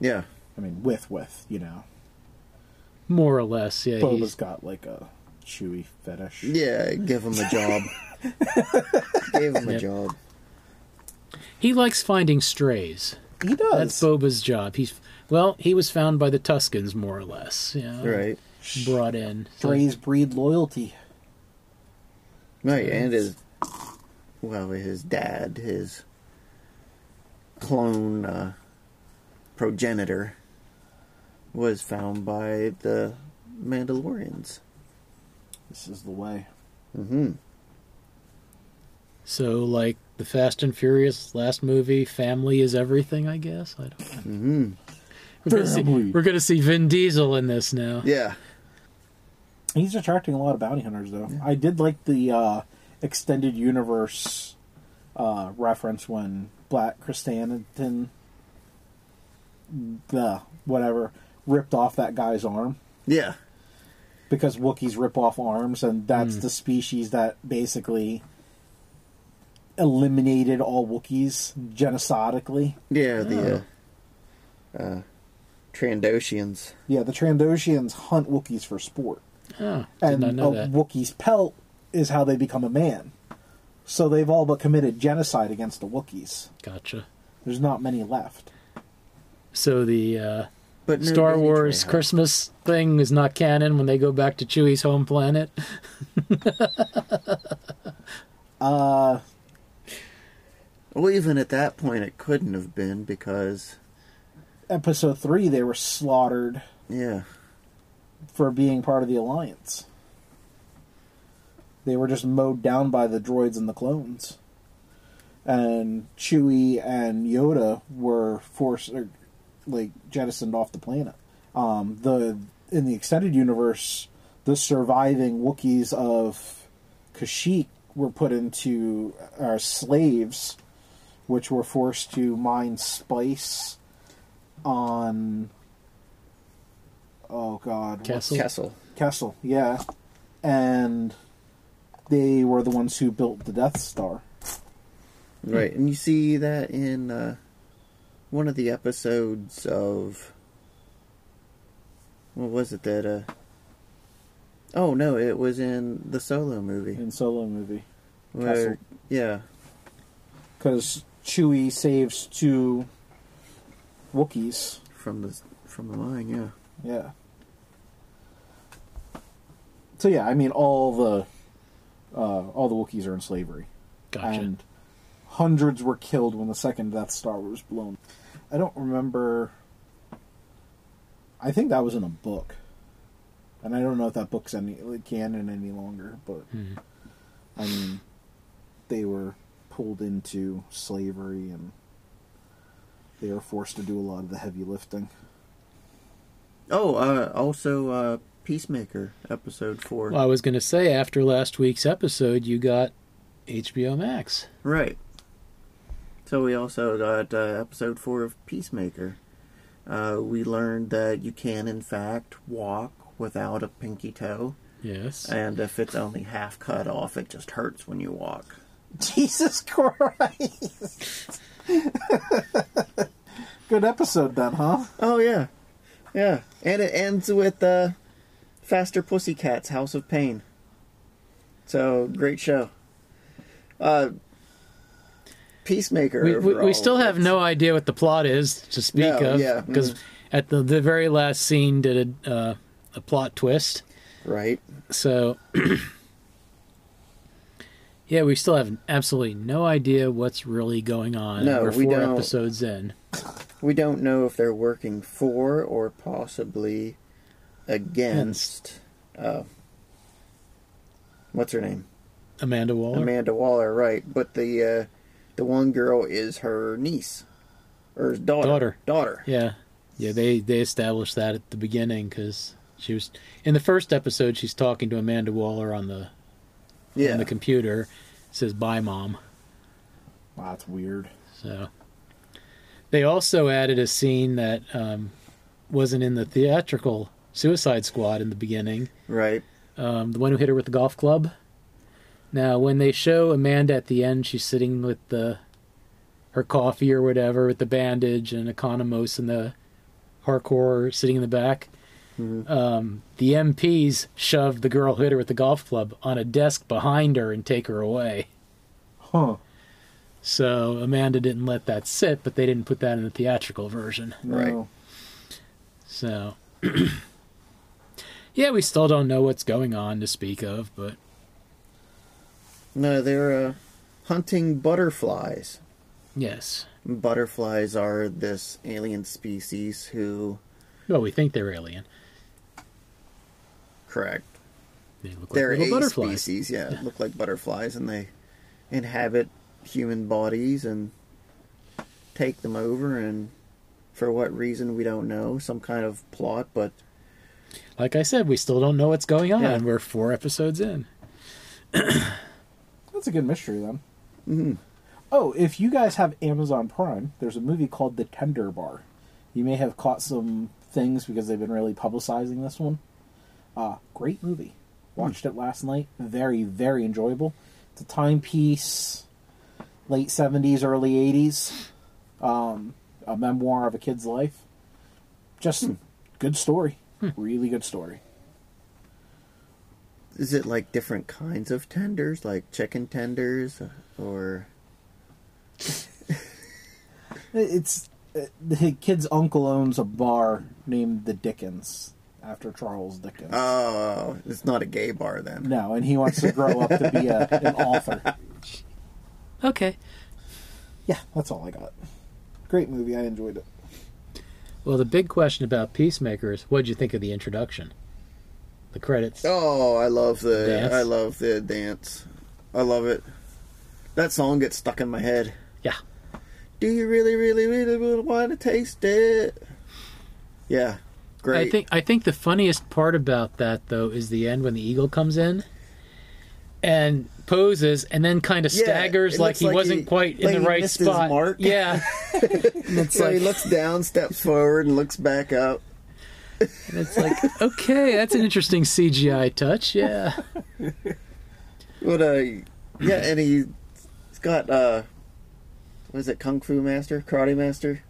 Yeah. I mean, with, with, you know. More or less, yeah. Boba's he's- got like a chewy fetish. Yeah, give him a job. Give him a Yep. job. He likes finding strays. He does. That's Boba's job. He's well, he was found by the Tuscans, more or less. You know, Right. Brought in. So- Strays breed loyalty. Right, and his, well, his dad, his clone uh, progenitor, was found by the Mandalorians. This is the way. Mm-hmm. So, like the Fast and Furious last movie, family is everything. I guess. I don't. Know. Mm-hmm. We're, gonna see, Family. we're gonna see Vin Diesel in this now. Yeah. He's attracting a lot of bounty hunters, though. I did like the uh, extended universe uh, reference when Black Chris Stanton, the whatever, ripped off that guy's arm Yeah. because Wookiees rip off arms, and that's the species that basically eliminated all Wookiees genocidically. Yeah, the uh, uh, Trandoshians. Yeah, the Trandoshians hunt Wookiees for sport. Oh, did and not a know that. Wookiee's pelt is how they become a man. So they've all but committed genocide against the Wookiees. Gotcha. There's not many left. So the uh, But no Star Disney Wars Trandoshians. Christmas thing is not canon when they go back to Chewie's home planet. Uh, Well, even at that point, it couldn't have been because episode three, they were slaughtered yeah, for being part of the Alliance. They were just mowed down by the droids and the clones. And Chewie and Yoda were forced, or, like, jettisoned off the planet. Um, the in the extended universe, the surviving Wookiees of Kashyyyk were put into uh, slaves, which were forced to mine spice on. Oh God, what's Castle. Kessel. Kessel, yeah. And they were the ones who built the Death Star. Hmm. Right, and you see that in uh, one of the episodes of what was it that? Uh, oh no, it was in the Solo movie. in Solo movie. Where, Kessel. yeah, Because Chewie saves two Wookiees. from the from the line. Yeah, Yeah. So yeah, I mean all the uh, all the Wookiees are in slavery, Gotcha. and hundreds were killed when the second Death Star was blown. I don't remember. I think that was in a book, and I don't know if that book's any like, canon any longer. But I mean, they were pulled into slavery, and they were forced to do a lot of the heavy lifting. (laughs) Oh, uh, also uh, Peacemaker episode four. Well, I was gonna say after last week's episode, you got HBO Max. Right. So we also got uh, episode four of Peacemaker. Uh, we learned that you can, in fact, walk without a pinky toe, Yes. and if it's only half cut off, it just hurts when you walk. Jesus Christ. (laughs) Good episode then, huh? Oh yeah, yeah. And it ends with uh, Faster Pussycats House of Pain. So great show. Uh, Peacemaker. we, we, we overall, still have it's- no idea what the plot is to speak No, of yeah, mm. because at the, the very last scene did a, uh, a plot twist right. so (clears throat) Yeah, we still have absolutely no idea what's really going on. No, We're we 4 don't. episodes in. We don't know if they're working for or possibly against. Uh, what's her name? Amanda Waller. Amanda Waller, right? But the uh, the one girl is her niece or his daughter. Daughter. Daughter. Yeah, yeah. They they established that at the beginning because she was in the first episode. She's talking to Amanda Waller on the Yeah. on the computer. says bye, mom. Wow, that's weird. So they also added a scene that um, wasn't in the theatrical Suicide Squad in the beginning. right. Um, the one who hit her with the golf club. Now, when they show Amanda at the end, she's sitting with the her coffee or whatever with the bandage and Economos and the hardcore sitting in the back. Um, the MPs shove the girl who hit her with the golf club on a desk behind her and take her away. Huh. So Amanda didn't let that sit, but they didn't put that in the theatrical version. Right. So (clears throat) yeah, we still don't know what's going on to speak of, but No, they're uh, hunting butterflies. yes. Butterflies are this alien species who, Well, we think they're alien. correct, They look like they're little a butterflies. species. Yeah, look like butterflies, and they inhabit human bodies and take them over. And for what reason we don't know. Some kind of plot, but Like I said, we still don't know what's going on. Yeah. We're four episodes in. That's a good mystery then. Oh, if you guys have Amazon Prime, there's a movie called The Tender Bar. You may have caught some things because they've been really publicizing this one. Uh, great movie. Watched it last night. Very, very enjoyable. It's a timepiece, late 70s, early 80s. Um, a memoir of a kid's life. Just good story. Really good story. is it like different kinds of tenders, like chicken tenders, or It's uh, the kid's uncle owns a bar named the Dickens after Charles Dickens. oh, it's not a gay bar then. no, and he wants to grow up to be a, an author. Okay. Yeah, that's all I got. Great movie, I enjoyed it. Well, the big question about Peacemaker is what'd you think of the introduction? The credits. Oh, I love the Dance? I love the dance. I love it. That song gets stuck in my head. Yeah. Do you really, really, really, really want to taste it? Yeah, great. (laughs) I think I think the funniest part about that though is the end when the eagle comes in and poses and then kind of Yeah, staggers it like looks he like wasn't he- quite in like the he right missed his spot. mark. (laughs) Yeah. and it's so. like he looks down, steps forward, and looks back up. and it's (laughs) like okay, that's an interesting CGI touch. Yeah. What a yeah, and he, he's got uh, what is it, kung fu master, karate master,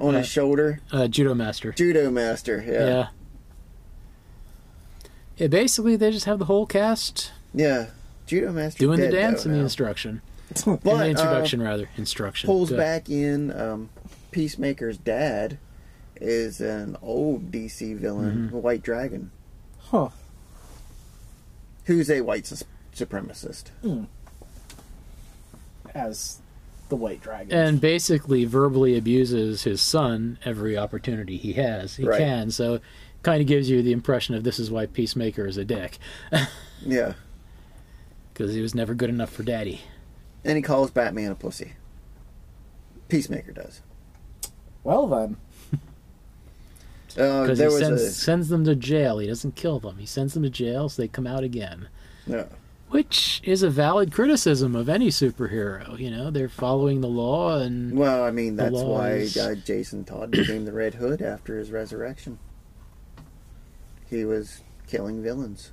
on Uh, his shoulder, Uh, Judo master. judo master. yeah. Yeah, yeah. basically they just have the whole cast yeah. judo master doing the dead, dance though, and the now. instruction. But, in the uh, introduction rather. Instruction. pulls Good. back in. Um, Peacemaker's dad is an old DC Mm-hmm. villain, the White Dragon, Huh. who's a white sus- supremacist. As the White Dragon. and basically verbally abuses his son every opportunity he has. He Right. can, so kind of gives you the impression of this is why Peacemaker is a dick Yeah, because he was never good enough for daddy. and he calls Batman a pussy. Peacemaker does. well then, Uh, Because there he was sends a sends them to jail. He doesn't kill them. He sends them to jail, so they come out again. no. Which is a valid criticism of any superhero. You know, they're following the law, and Well, I mean, that's why laws. uh, Jason Todd became the Red Hood after his resurrection. He was killing villains.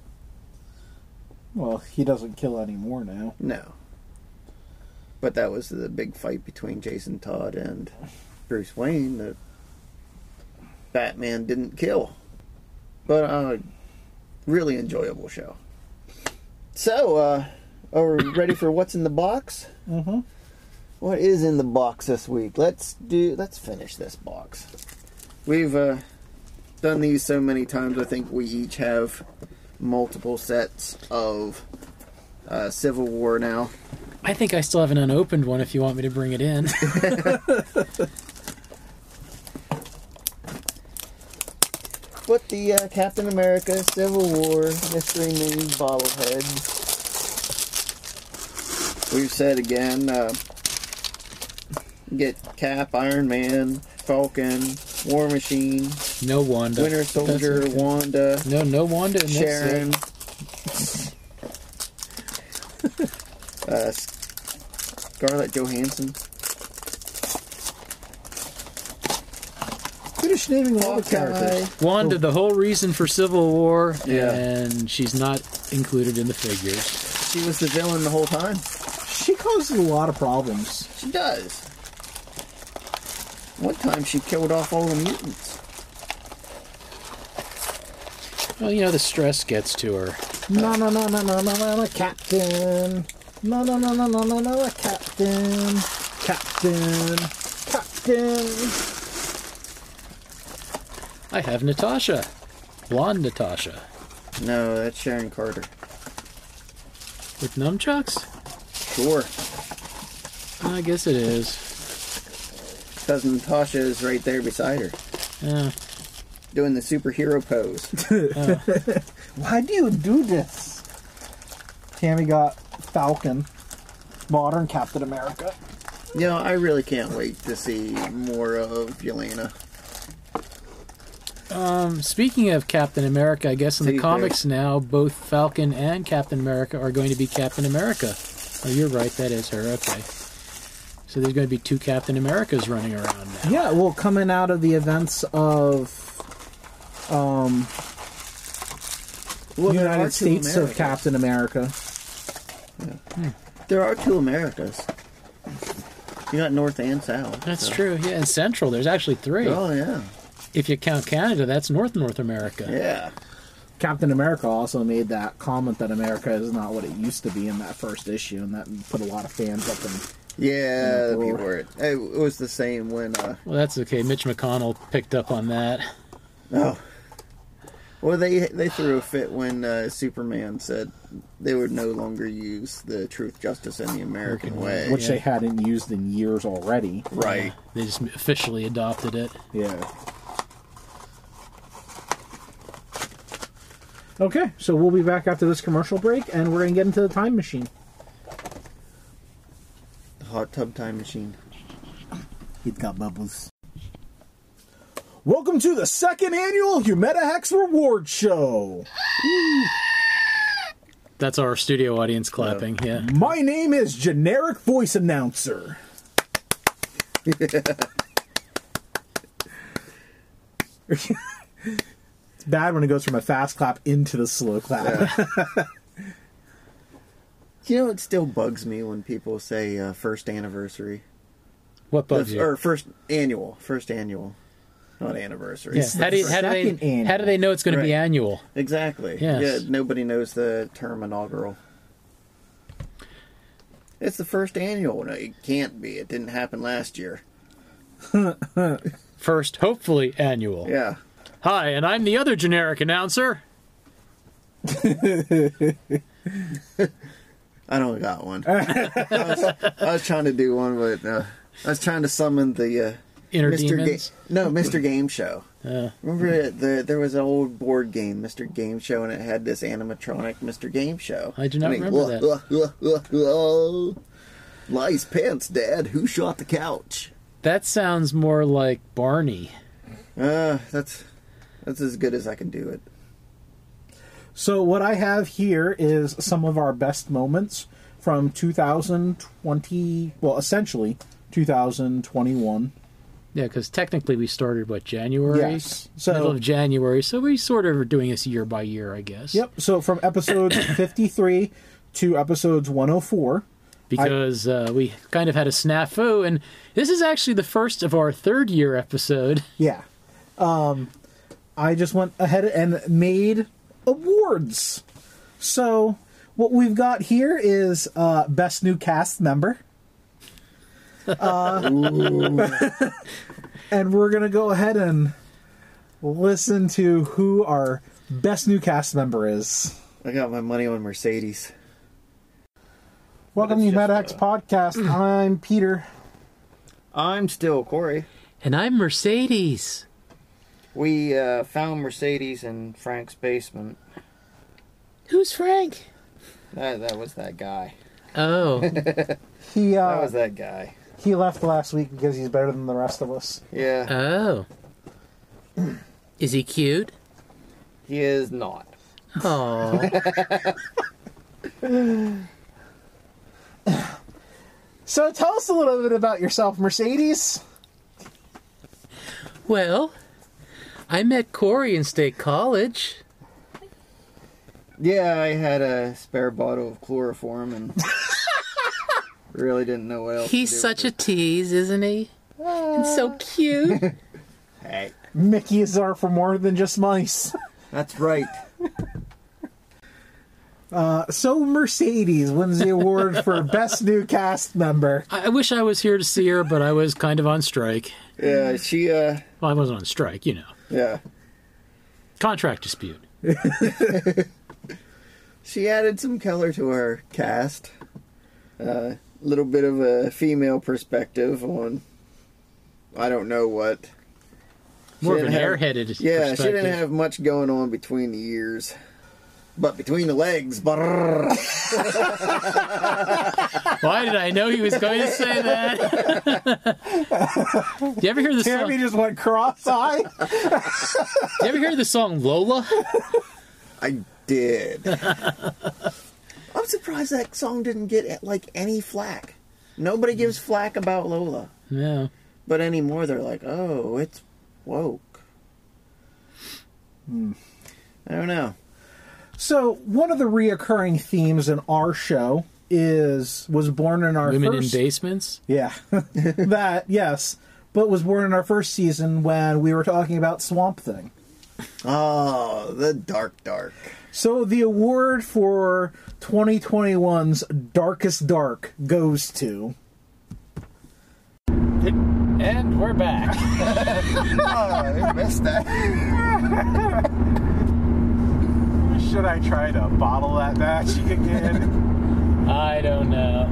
well, he doesn't kill anymore now. No. But that was the big fight between Jason Todd and Bruce Wayne that Batman didn't kill. But uh really enjoyable show. So, uh are we ready for what's in the box? Mm-hmm. What is in the box this week? Let's do. Let's finish this box. We've uh, done these so many times. I think we each have multiple sets of uh, Civil War now. I think I still have an unopened one if you want me to bring it in. (laughs) But the uh, Captain America Civil War Mystery Mini bobblehead. We've said again, uh, get Cap, Iron Man, Falcon, War Machine, No Wanda. Winter That's Soldier, okay. Wanda, No, no Wanda. And Sharon. Sharon. uh, Scarlett Johansson. Finish naming all the Hawkeye. characters. Wanda, Oh. the whole reason for Civil War, Yeah. and she's not included in the figures. She was the villain the whole time. She causes a lot of problems. She does. One time she killed off all the mutants. Well, you know, the stress gets to her. No, no, no, no, no, no, no, no, Captain. No, no, no, no, no, no, no, no, Captain. Captain. Captain. I have Natasha. Blonde Natasha. No, that's Sharon Carter. With nunchucks? Sure. I guess it is. Because Natasha is right there beside her, Yeah. doing the superhero pose. (laughs) Why do you do this? Tammy got Falcon, modern Captain America. you know, I really can't wait to see more of Yelena. Um, speaking of Captain America, I guess in the Take comics now, both Falcon and Captain America are going to be Captain America. Oh, you're right. That is her. Okay. So there's going to be two Captain Americas running around now. Yeah, well, coming out of the events of Well, there are two United States of Americas. Captain America. There are two Americas. You got North and South. That's so- true. Yeah, in Central, there's actually three. Oh, yeah. If you count Canada, that's North North America. Yeah. Captain America also made that comment that America is not what it used to be in that first issue, and that put a lot of fans up in. Yeah, the Uproar. people were. It was the same when. Uh, Well, that's okay. Mitch McConnell picked up on that. Oh. Well, they they threw a fit when uh, Superman said they would no longer use the truth, justice, and the American way. which they hadn't used in years already. right. They just officially adopted it. Yeah. Okay, so we'll be back after this commercial break, and we're going to get into the time machine. Hot tub time machine. He's got bubbles. Welcome to the second annual Humetahex Reward Show. That's our studio audience clapping. Yeah. My name is Generic Voice Announcer. it's (laughs) bad when it goes from a fast clap into the slow clap. You know, it still bugs me when people say uh, first anniversary What bugs you? or first annual, first annual, not anniversary. Yeah. How do, you- how, do Second they, annual. how do they know it's going to be Right. annual? Exactly. Yes. Yeah. Nobody knows the term inaugural. It's the first annual. No, it can't be. It didn't happen last year. First, hopefully, annual. Yeah. Hi, and I'm the other generic announcer. I don't got one. I, was, I was trying to do one, but uh, I was trying to summon the uh, Inner Mr. Ga- demons. Uh. no Mr. Game Show. Yeah. Remember uh, the there was an old board game, Mr. Game Show, and it had this animatronic Mr. Game Show. I do not And he, remember "Wah, wah, wah, wah, wah. Lice pants, Dad. Who shot the couch? That sounds more like Barney. Uh, that's that's as good as I can do it. So what I have here is some of our best moments from 2020, well, essentially 2021. Yeah, because technically we started what January, Yes. So- middle of January. So we sort of are doing this year by year, I guess. Yep, so from (coughs) episodes 53 to episodes 104. Because uh, we kind of had a snafu, and this is actually the first of our third year episode. Yeah. Um, I just went ahead and made awards. So what we've got here is uh, best new cast member. Uh, (laughs) and we're gonna go ahead and listen to who our best new cast member is. I got my money on Mercedes. Welcome to it's just, Metax uh, (clears throat) Podcast. I'm Peter. I'm still Corey. And I'm Mercedes. We uh, found Mercedes in Frank's basement. Who's Frank? That, that was that guy. Oh, He That uh, was that guy. he left last week because he's better than the rest of us. Yeah, oh. Is he cute? he is not. Oh, So tell us a little bit about yourself, Mercedes. well, I met Corey in State College. Yeah, I had a spare bottle of chloroform and (laughs) really didn't know what else. He's such a tease, isn't he? And Ah. so cute. (laughs) a. Hey, Mickeys are for more than just (laughs) mice. that's right. Uh, So Mercedes wins the award for best new cast member. I I wish I was here to see her, but I was kind of on strike. Yeah, she. uh Well, I wasn't on strike, you know. Yeah, Contract dispute. she added some color to her cast. A little bit of a female perspective on. I don't know what. More She of an didn't have- airheaded Yeah, she perspective. didn't have much going on between the ears, but between the legs, brrr. Why did I know he was going to say (laughs) that? Do you ever hear the song? Jeremy just went cross-eyed. Do you ever hear the song (laughs) Lola? I (laughs) did. I'm surprised that song didn't get like any flack. Nobody gives flack about Lola, No. but anymore they're like, "Oh, it's woke." Hmm. I don't know. So one of the reoccurring themes in our show is was born in our Women first in basements. yeah (laughs) that yes, but was born in our first season when we were talking about Swamp Thing. Oh, the dark, dark. So the award for 2021's Darkest Dark goes to And we're back. I missed that. Should I try to bottle that (laughs) match again? I don't know.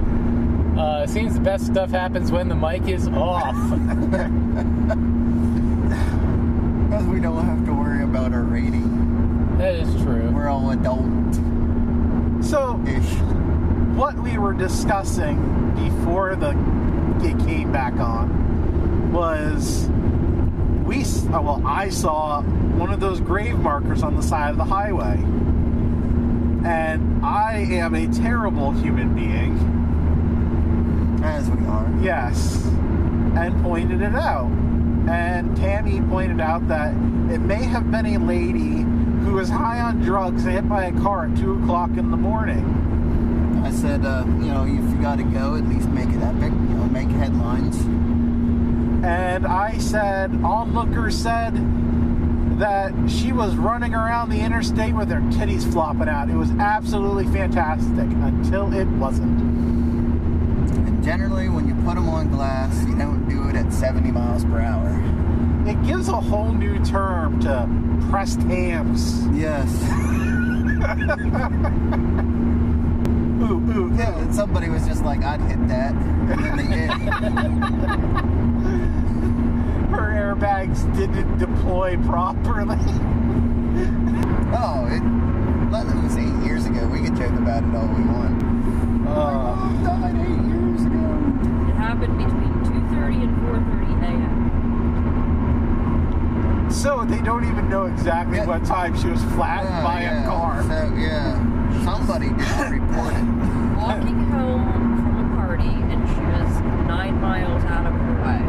Uh, seems the best stuff happens when the mic is off. Because we don't have to worry about our rating. that is true. We're all adult-ish. so what we were discussing before the it came back on was we s- oh, well I saw one of those grave markers on the side of the highway, and I am a terrible human being. As we are. Yes. And pointed it out. And Tammy pointed out that it may have been a lady who was high on drugs and hit by a car at 2 o'clock in the morning. I said, uh, you know, if you gotta go, at least make it epic. You know, make headlines. And I said, onlookers said that she was running around the interstate with her titties flopping out. It was absolutely fantastic until it wasn't. And generally, when you put them on glass, you don't do it at 70 miles per hour. It gives a whole new term to pressed hams. Yes. Ooh, ooh, (laughs) Yeah, and somebody was just like, I'd hit that. And then they did. her airbags didn't deploy properly. (laughs) Oh, it, let it was eight years ago. We could joke about it all we want. Uh, Oh, died eight years ago. It happened between 2.30 and 4.30 a.m. so they don't even know exactly Yeah. what time she was flattened Yeah, by Oh, yeah. a car. So, yeah. Somebody did report it. Walking home from a party, and she was nine miles out of her way.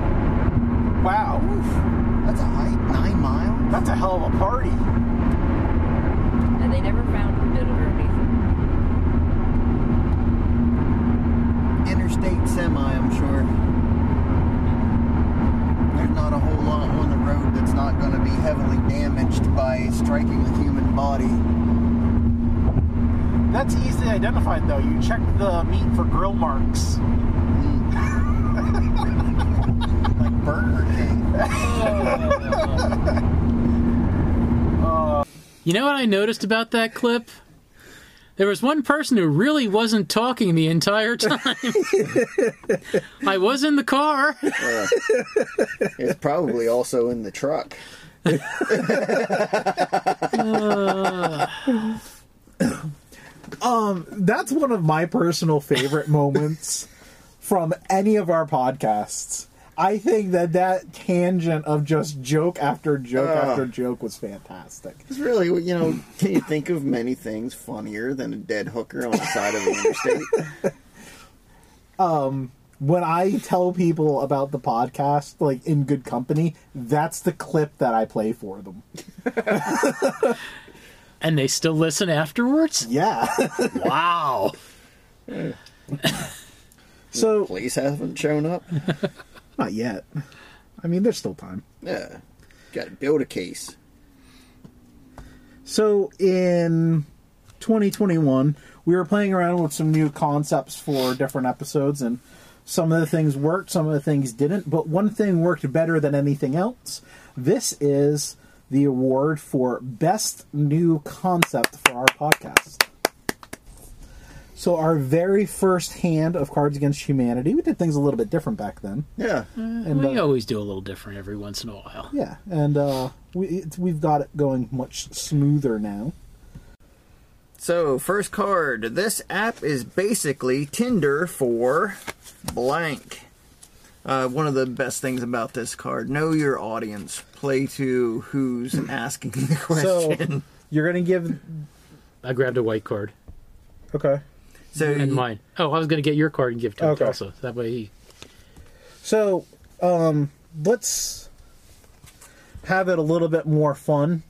Wow, That's a hike, nine miles? that's a hell of a party. And they never found who did it or anything. interstate semi, I'm sure. There's not a whole lot on the road that's not going to be heavily damaged by striking the human body. That's easily identified though. You check the meat for grill marks. Like Burger (laughs) King. You know what I noticed about that clip? There was one person who really wasn't talking the entire (laughs) time. I was in the car. It's probably also in the truck. That's one of my personal favorite moments from any of our podcasts. I think that that tangent of just joke after joke after joke was fantastic. It's really, you know, can you think of many things funnier than a dead hooker on the side of an (laughs) interstate? When I tell people about the podcast, like in good company, that's the clip that I play for them. And they still listen afterwards? Yeah. (laughs) Wow. so, Police haven't shown up. not yet. I mean, there's still time. Yeah, got to build a case. So in 2021, we were playing around with some new concepts for different episodes, and some of the things worked, some of the things didn't. But one thing worked better than anything else. This is the award for best new concept for our podcast. So our very first hand of Cards Against Humanity, we did things a little bit different back then. Yeah, And We uh, always do a little different every once in a while. yeah, and uh, we it's, we've got it going much smoother now. So, first card. This app is basically Tinder for blank. Uh, one of the best things about this card know your audience, play to who's asking the question. So you're gonna give I grabbed a white card Okay. So, and mine. Oh, I was going to get your card and give it to Okay. him also. That way he. So, um, let's have it a little bit more fun.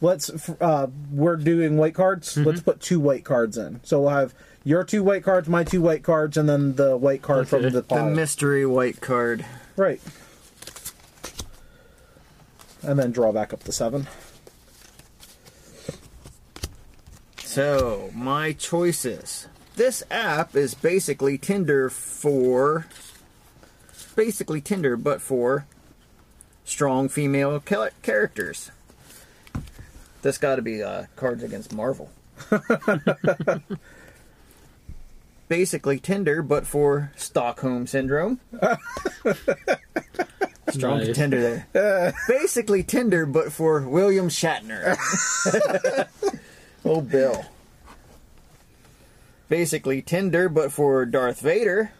Let's f- uh, we're doing white cards. Let's put two white cards in. So we'll have your two white cards, my two white cards, and then the white card Okay. from the the pile. mystery white card. right. And then draw back up to seven. So, my choices. This app is basically Tinder for. Basically Tinder, but for strong female cha- characters. This got to be uh, Cards Against Marvel. (laughs) basically Tinder, but for Stockholm (laughs) Syndrome. Strong Nice. contender there. (laughs) basically Tinder, but for William Shatner. (laughs) oh, Bill. Basically Tinder, but for Darth Vader.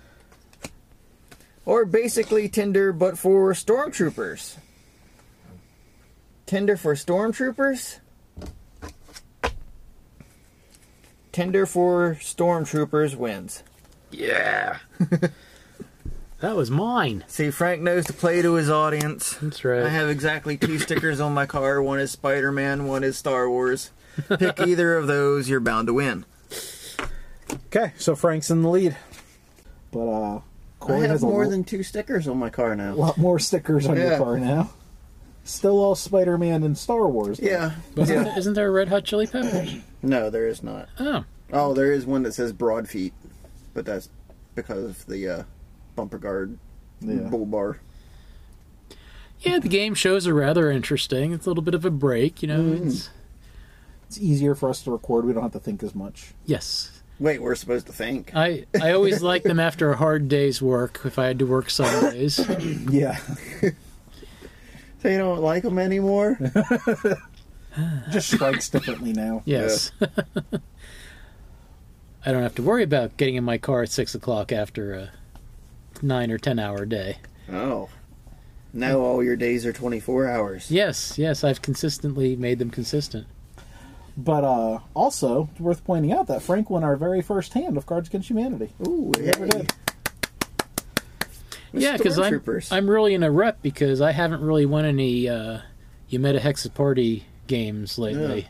Or basically Tinder, but for Stormtroopers. Tinder for Stormtroopers? Tinder for Stormtroopers wins. Yeah. that was mine. See, Frank knows to play to his audience. That's right. I have exactly two stickers on my car. One is Spider Man, one is Star Wars. (laughs) Pick either of those, you're bound to win. Okay, so Frank's in the lead, but uh, Corey I have has a more lo- than two stickers on my car now. lot more stickers on your Yeah. car now. Still all Spider-Man and Star Wars. yeah. But isn't, there- isn't there a red hot chili pepper? No, there is not. Oh. Oh, there is one that says broad feet, but that's because of the uh, bumper guard Yeah. bull bar. Yeah, the game shows are rather interesting. It's a little bit of a break, you know. It's, It's easier for us to record. We don't have to think as much. yes. Wait, we're supposed to think. I, I always like them after a hard day's work if I had to work some days. Yeah. (laughs) So you don't like them (laughs) anymore? just strikes differently now. Yes. (laughs) I don't have to worry about getting in my car at six o'clock after a nine or ten hour day. oh. Now all your days are 24 hours. Yes, yes, I've consistently made them consistent. But uh, also, it's worth pointing out that Frank won our very first hand of Cards Against Humanity. Ooh, hey. yeah, because I'm, Stormtroopers. I'm really in a rut because I haven't really won any uh, Yameta Hexa Party games lately.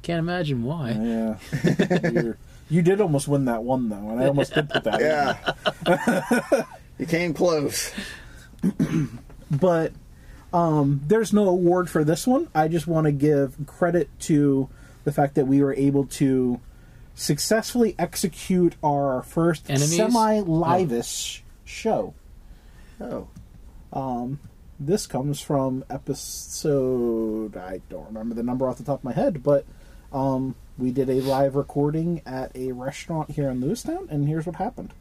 Can't imagine why. Yeah. (laughs) You're- you did almost win that one, though, and I almost did put that Yeah. (laughs) you came close. in. But um, there's no award for this one. I just want to give credit to the fact that we were able to successfully execute our first Enemies? semi liveish show. Oh. this comes from episode I don't remember the number off the top of my head, but um, We did a live recording at a restaurant here in Lewistown, and here's what happened.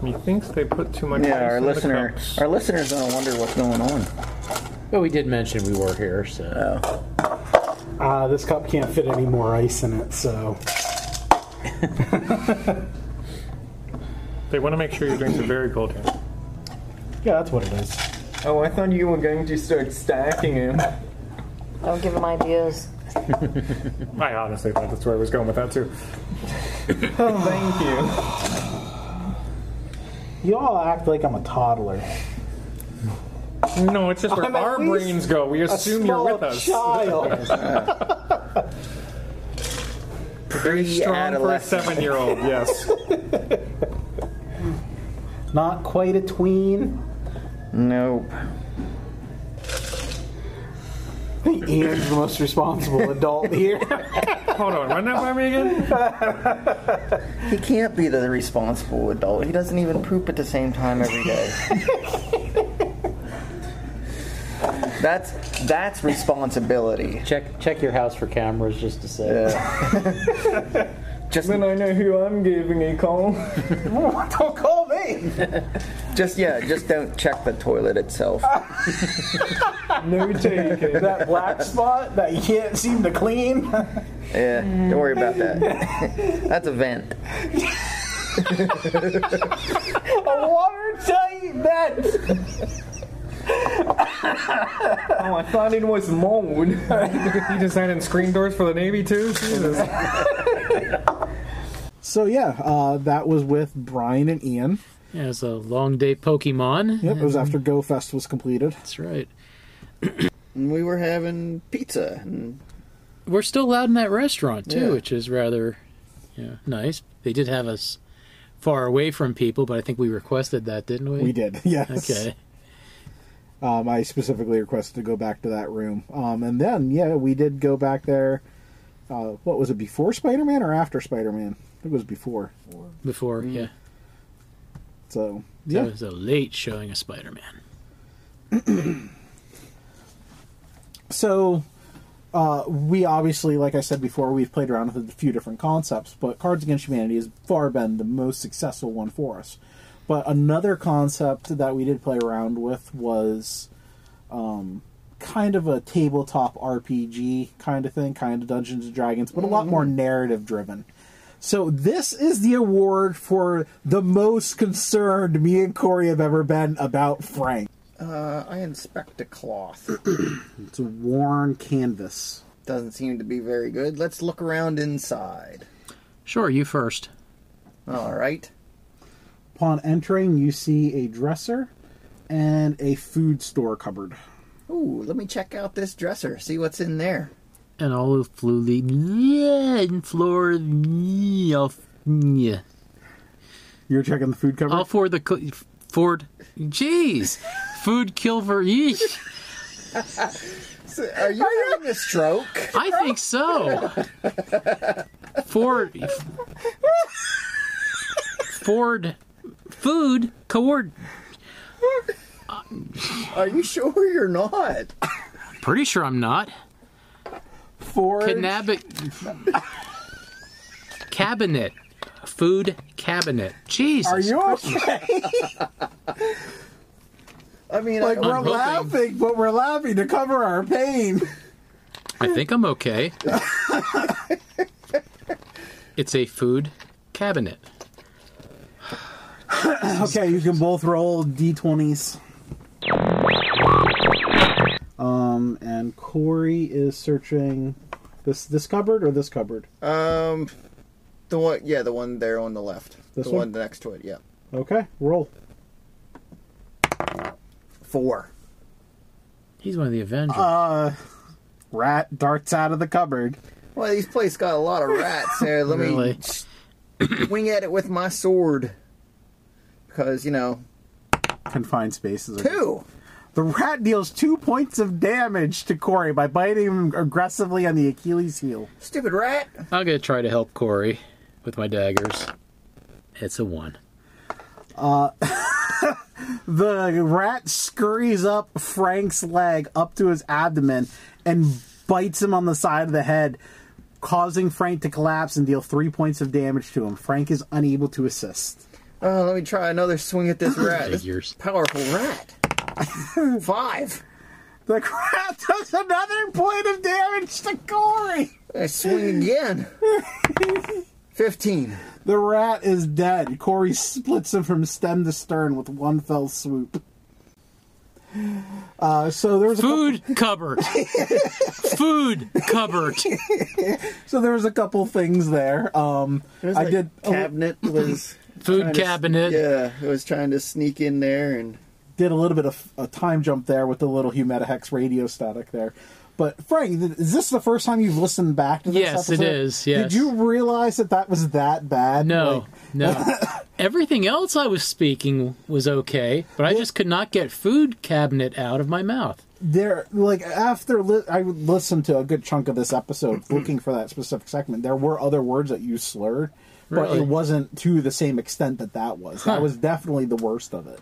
Methinks they put too much. Yeah, ice our in the listener, cups. our listeners gonna wonder what's going on. But we did mention we were here, so Uh, this cup can't fit any more ice in it, so They want to make sure your drinks are very cold here. yeah, that's what it is. Oh, I thought you were going to start stacking him. Don't give him ideas. I honestly thought that's where I was going with that too. Thank you. You all act like I'm a toddler. No, it's just where I'm at our least brains go. We assume you're Small with us. (laughs) Child. Very strong for a Pre-adolescent. seven-year-old. Yes. Not quite a tween. Nope. I think Ian's the most responsible adult here. Hold on, run that by me again. He can't be the responsible adult. He doesn't even poop at the same time every day. (laughs) that's that's responsibility. Check check your house for cameras just to say. Just I know who I'm giving a call. (laughs) Don't call me. just yeah, just don't check the (laughs) toilet itself. No taking. That black spot that you can't seem to (laughs) clean. Yeah, don't worry about that. (laughs) that's a vent. A watertight vent. Oh, I thought it was mold. (laughs) You designing screen doors for the Navy too? Jesus. So yeah, uh, that was with Brian and Ian. yeah, it was a long day Pokemon. Yep, it was after Go Fest was completed. That's right. And we were having pizza and We're still allowed in that restaurant too, Yeah. which is rather you know, nice. They did have us far away from people, but I think we requested that, didn't we? We did, (laughs) yes. Okay. Um, I specifically requested to go back to that room. Um, and then, yeah, we did go back there. Uh, what was it, before Spider Man or after Spider Man? It was before. Before, yeah. So, That yeah. was a late showing of Spider Man. So, uh, we obviously, like I said before, we've played around with a few different concepts, but Cards Against Humanity has far been the most successful one for us. But another concept that we did play around with was um, kind of a tabletop RPG kind of thing, kind of Dungeons and Dragons, but a lot more narrative driven. So this is the award for the most concerned me and Corey have ever been about Frank. uh, I inspect a cloth. It's a worn canvas. Doesn't seem to be very good. Let's look around inside. Sure, you first. All right. Upon entering, you see a dresser and a food store cupboard. Ooh, let me check out this dresser. See what's in there. And all of Fluli and floor yeah. You're checking the food cupboard. All for the cl- Ford. Jeez, food kilver. Yeesh. Are you having a stroke? I think so. Ford. Ford. Food. Coord. Are you sure you're not? Pretty sure I'm not. Ford Cannabis. Cabinet. Food cabinet. Jesus. Are you okay? I mean, like I, (laughs) we're hoping. laughing, but we're laughing to cover our pain. (laughs) I think I'm okay. it's a food cabinet. okay, you can both roll d20s. Um, and Corey is searching this this cupboard or this cupboard. um, the one, yeah, the one there on the left, This the one? one? next to it, yeah. Okay, roll. Four. He's one of the Avengers. Um, Rat darts out of the cupboard. Well, this place got a lot of rats there. Let Really? me wing at it with my sword, because you know, Confined spaces. are- two. The rat deals two points of damage to Corey by biting him aggressively on the Achilles heel. Stupid rat. I'm gonna try to help Corey with my daggers. It's a one. the rat scurries up Frank's leg up to his abdomen and bites him on the side of the head, causing Frank to collapse and deal three points of damage to him. Frank is unable to assist. Uh, Oh, let me try another swing at this rat. This powerful (laughs) rat. Five. The (laughs) rat does another point of damage to Corey. I swing again. Fifteen. The rat is dead. Corey splits him from stem to stern with one fell swoop. Uh, so there was a couple- Food cupboard. Food cupboard. so there was a couple things there. Um, was I like did cabinet was Food trying to s- cabinet. yeah, it was trying to sneak in there and did a little bit of a time jump there with the little Humetahex radio static there. But Frank, th- is this the first time you've listened back to this? Yes, it episode? is, yes. Did you realize that that was that bad? No, no. Everything else I was speaking was okay, but I just could not get food cabinet out of my mouth. there like after li- I listened to a good chunk of this episode (clears throat) looking for that specific segment. There were other words that you slurred, but Really? it wasn't to the same extent that that was. Huh. That was definitely the worst of it.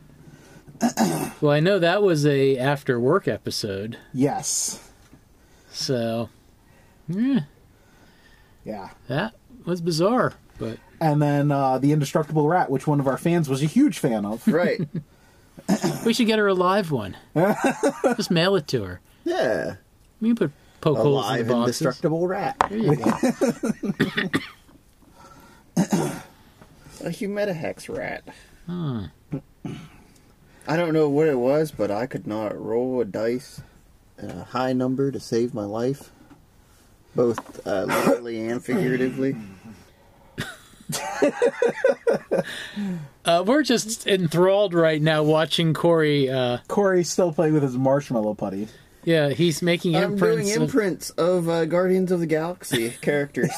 Well, I know that was a after work episode, Yes. so yeah, Yeah. that was bizarre. But And then uh, the indestructible rat, which one of our fans was a huge fan (laughs) of. Right. we should get her a live one. just mail it to her. (laughs) Yeah. We can put poke A holes in live the boxes. indestructible rat. There you go. a humetahex rat. Huh. I don't know what it was, but I could not roll a dice at a high number to save my life, both uh, literally and figuratively. Uh, we're just enthralled right now watching Corey. Uh, Corey's still playing with his marshmallow putty. yeah, he's making I'm doing imprints. of- imprints of uh, Guardians of (laughs) the Galaxy characters.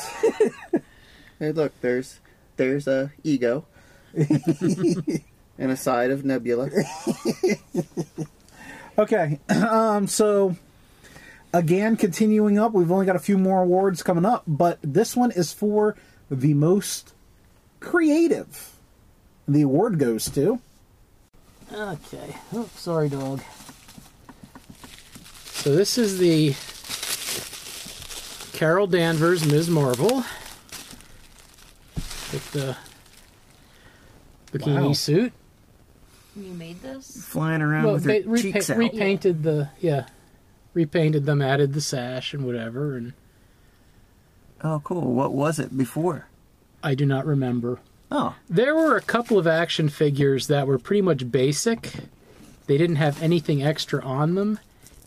hey, look, there's there's a (laughs) ego and a side of Nebula. Okay, (clears throat) um, so again, continuing up, we've only got a few more awards coming up, but this one is for the most creative. The award goes to Okay. Oh, sorry, dog. So this is the Carol Danvers Ms. Marvel with the bikini Wow. suit. You made this? Flying around Well, with they her repa- cheeks out. repainted the yeah, repainted them, added the sash and whatever, and oh, cool. What was it before? I do not remember. Oh, There were a couple of action figures that were pretty much basic. They didn't have anything extra on them,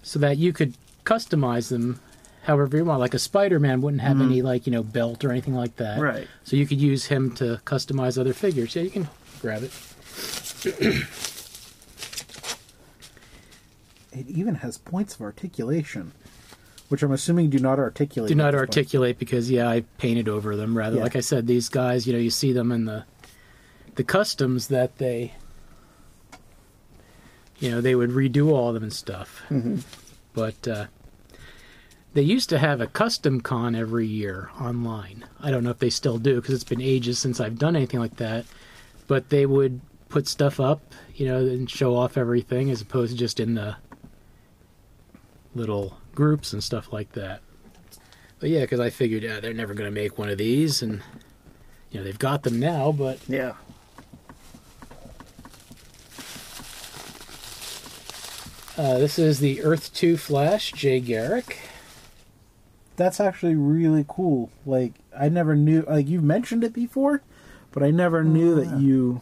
so that you could customize them however you want. Like a Spider Man wouldn't have any, like, you know, belt or anything like that. Mm-hmm. Right. So you could use him to customize other figures. Yeah, you can grab it. it even has points of articulation, which I'm assuming do not articulate. Do at not this point. articulate because, yeah, I painted over them rather. Yeah. Like I said, these guys, you know, you see them in the the customs that they, you know, they would redo all of them and stuff. But uh, they used to have a custom con every year online. I don't know if they still do because it's been ages since I've done anything like that. But they would put stuff up, you know, and show off everything as opposed to just in the little groups and stuff like that. But yeah, because I figured yeah, they're never going to make one of these, and you know they've got them now, but Yeah. Uh, this is the Earth 2 Flash, Jay Garrick. That's actually really cool. Like I never knew. Like you've mentioned it before, but I never knew that you.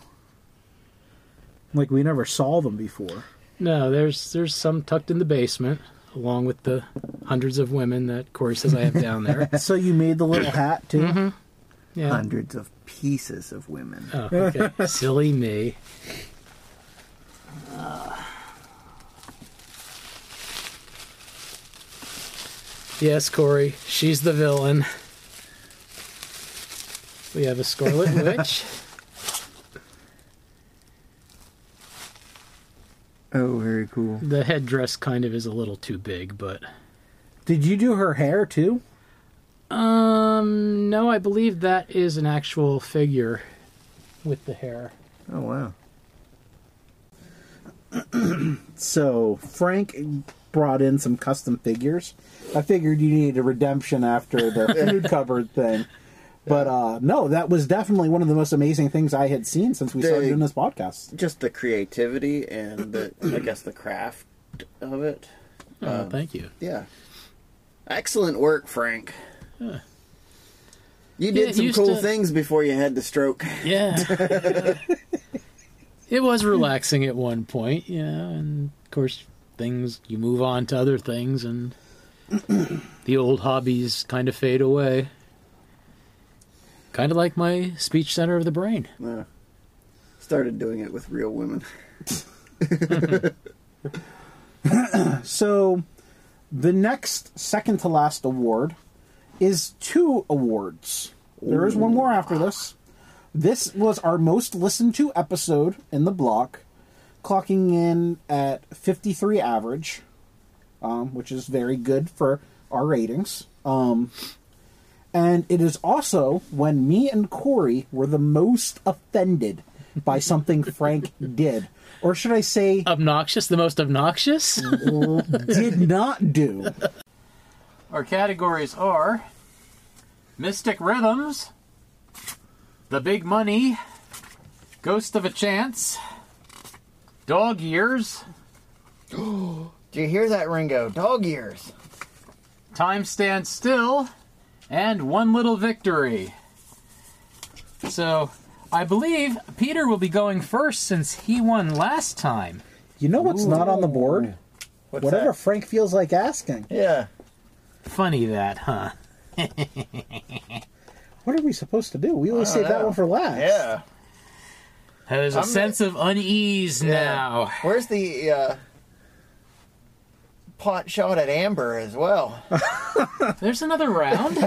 Like we never saw them before. No, there's there's some tucked in the basement, along with the hundreds of women that Corey says I have down there. So you made the little hat too. Yeah. hundreds of pieces of women. Oh, okay. Silly me. Uh. Yes, Corey, she's the villain. We have a Scarlet Witch. Oh, very cool. The headdress kind of is a little too big, but Did you do her hair too? um, no, I believe that is an actual figure with the hair. Oh, wow. so Frank brought in some custom figures. I figured you needed a redemption after the food cupboard thing. But uh, no, that was definitely one of the most amazing things I had seen since we started They- doing this podcast. Just the creativity and the, I guess, the craft of it. Oh, thank you. Yeah. Excellent work, Frank. Yeah. You Yeah, did some used cool to- things before you had the stroke. (laughs) Yeah. it was relaxing at one point, you know, and of course things you move on to other things and the old hobbies kind of fade away. Kind of like my speech center of the brain. Yeah. Started doing it with real women. so the next second to last award is two awards. There is one more after this. This was our most listened to episode in the block, clocking in at 53 average, um, which is very good for our ratings. Um, and it is also when me and Corey were the most offended by something Frank did. Or should I say, Obnoxious, the most obnoxious? did not do. Our categories are Mystic Rhythms, The Big Money, Ghost of a Chance, Dog Years, Do you hear that, Ringo? Dog ears. Time Stands Still, and One Little Victory. So, I believe Peter will be going first since he won last time. You know what's not on the board? What's Whatever that? Frank feels like asking. Yeah. Funny that, huh? What are we supposed to do? We always save that one for last. Yeah. There's a I'm- sense of unease now. Where's the uh, pot shot at Amber as well? There's another round.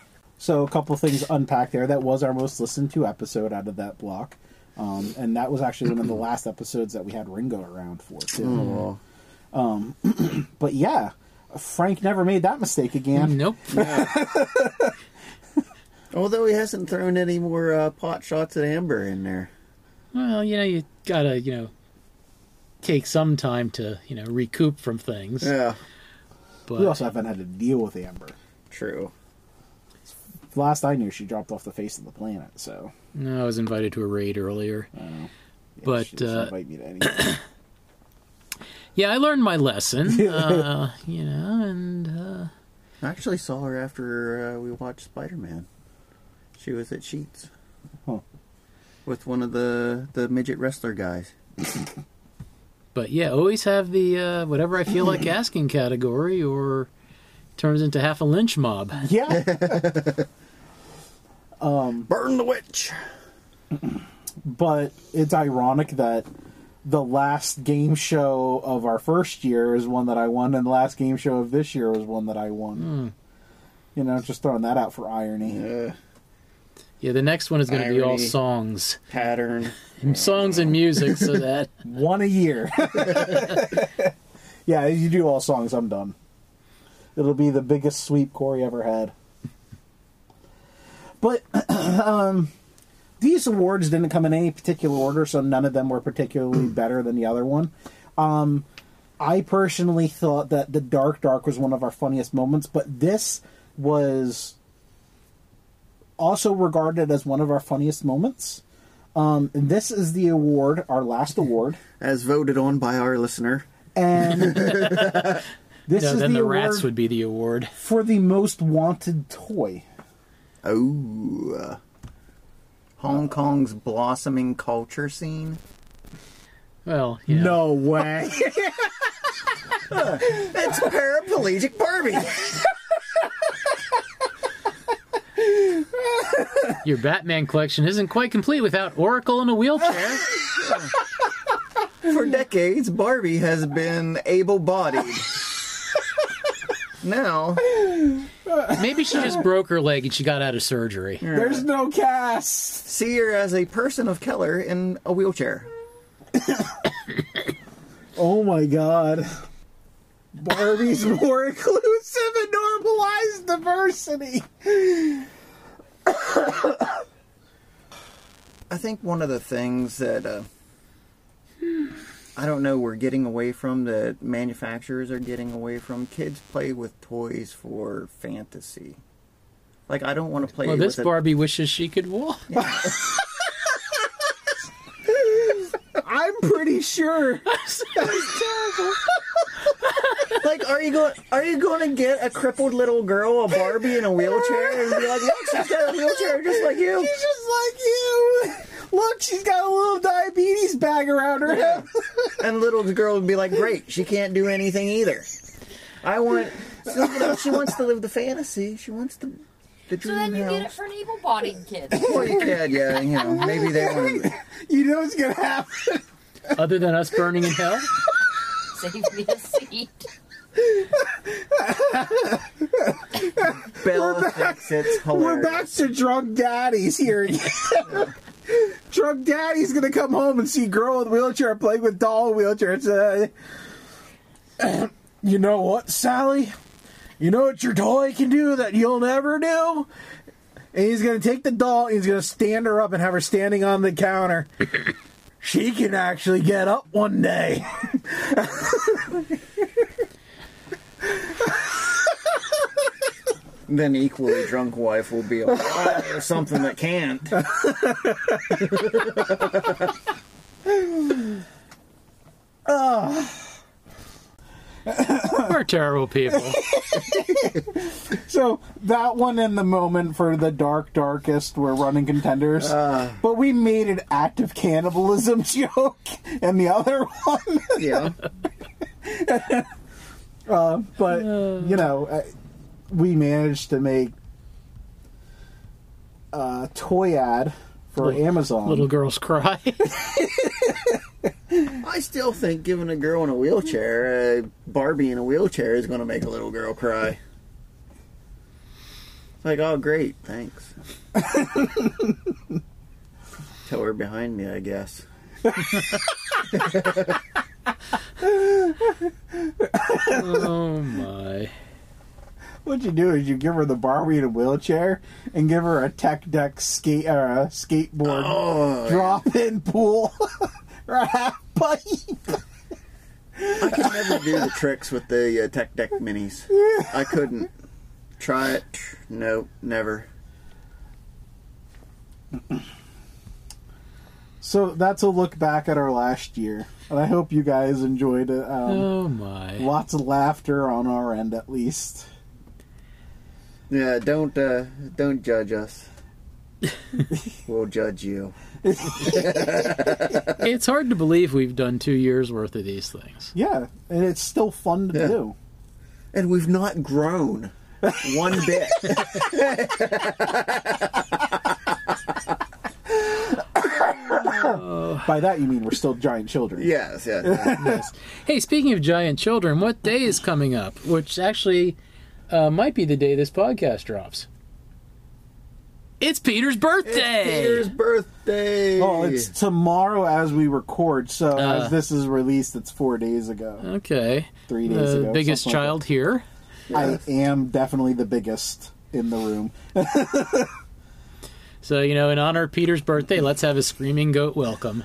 (laughs) So a couple things unpacked there. That was our most listened to episode out of that block, um, and that was (clears throat) actually one of the last episodes that we had Ringo around for Oh. too. Um, (clears throat) but yeah, Frank never made that mistake again. Nope. Although he hasn't thrown any more uh, pot shots at Amber in there. Well, you know, you gotta, you know, take some time to, you know, recoup from things. Yeah. But We also haven't had to deal with Amber. True. Last I knew, she dropped off the face of the planet. So no, I was invited to a raid earlier. Oh. yeah, she but doesn't uh, invite me to anything. yeah, I learned my (laughs) lesson. uh, you know, and uh, I actually saw her after uh, we watched Spider Man. She was at Sheets. Huh. With one of the, the midget wrestler guys. but yeah, always have the uh, whatever I feel (clears throat) like asking category, or turns into half a lynch mob. (coughs) (laughs) yeah. Burn the witch! but it's ironic that the last game show of our first year is one that I won, and the last game show of this year was one that I won. You know, just throwing that out for irony. Uh, Yeah, the next one is going to be all Irony. songs, pattern. songs and music, (laughs) so that One a year. yeah, you do all songs, I'm done. It'll be the biggest sweep Corey ever had. But (clears throat) um, these awards didn't come in any particular order, so none of them were particularly better than the other one. Um, I personally thought that the Dark Dark was one of our funniest moments, but this was also regarded as one of our funniest moments. Um, and this is the award, our last award, As voted on by our listener. (laughs) and this no, is then the, the award rats would be the award. for the most wanted toy. Oh. uh, Hong Kong's blossoming culture scene. Well, yeah. No way. It's (laughs) paraplegic Barbie. Your Batman collection isn't quite complete without Oracle in a wheelchair. (laughs) For decades, Barbie has been able (laughs) bodied. now, Maybe she just broke her leg and she got out of surgery. (laughs) There's no cast. see her as a person of color in a wheelchair. Oh my god. (laughs) Barbie's more inclusive and normalized diversity. I think one of the things that uh, I don't know we're getting away from that manufacturers are getting away from. Kids play with toys for fantasy. Like I don't want to play Well, with this Barbie wishes she could walk. I'm pretty (laughs) sure. like, are you going? Are you going to get a crippled little girl, a Barbie in a wheelchair, and be like, "Look, she's got a wheelchair just like you." She's just like you. Look, she's got a little diabetes bag around her head. (laughs) and little girl would be like, "Great, she can't do anything either." I want. so, you know, she wants to live the fantasy. She wants the the So dream then you get it house. for an able-bodied kid. (laughs) Or you could, yeah, you know, maybe they want. to... You know what's gonna happen. Other than us burning in hell? Save me a seat. Bella thinks it's We're hilarious. back to drunk daddies here (laughs) again. drunk daddy's gonna come home and see girl with wheelchair playing with doll wheelchair. It's, uh, (clears throat) you know what, Sally? You know what your toy can do that you'll never do? And he's gonna take the doll. He's gonna stand her up and have her standing on the counter. she can actually get up one day. Then equally drunk wife will be like, "Oh, there's something that can't. (laughs) We're terrible people. So that one in the moment for the dark darkest we're running contenders. but we made an active cannibalism (laughs) joke and the other one. (laughs) Yeah. uh, but you know, uh, we managed to make a toy ad for Amazon. Little girls cry. (laughs) I still think giving a girl in a wheelchair, a Barbie in a wheelchair, is going to make a little girl cry. It's like, oh, great, thanks. (laughs) Tell her behind me, I guess. oh my. What you do is you give her the Barbie in a wheelchair and give her a tech deck skate or a skateboard Oh, drop in pool (laughs) or a half pipe. I could never do the tricks with the uh, Tech Deck minis. I couldn't. Try it. No, never. So that's a look back at our last year, and I hope you guys enjoyed it. Um, Oh my. Lots of laughter on our end, at least. Yeah, don't uh, don't judge (laughs) us. we'll judge you. It's hard to believe we've done two years worth of these things. Yeah, and it's still fun to Yeah. do. And we've not grown one (laughs) bit. By that you mean we're still giant children. yes, yes. Hey, speaking of giant children, what day is coming up? Which actually uh, might be the day this podcast drops. It's Peter's birthday. Peter's birthday. Oh, it's tomorrow as we record. So Uh. as this is released, it's four days ago, Okay. three days The ago. biggest something like child here. that. I am definitely the biggest in the room. So, you know, in honor of Peter's birthday, let's have a screaming goat welcome.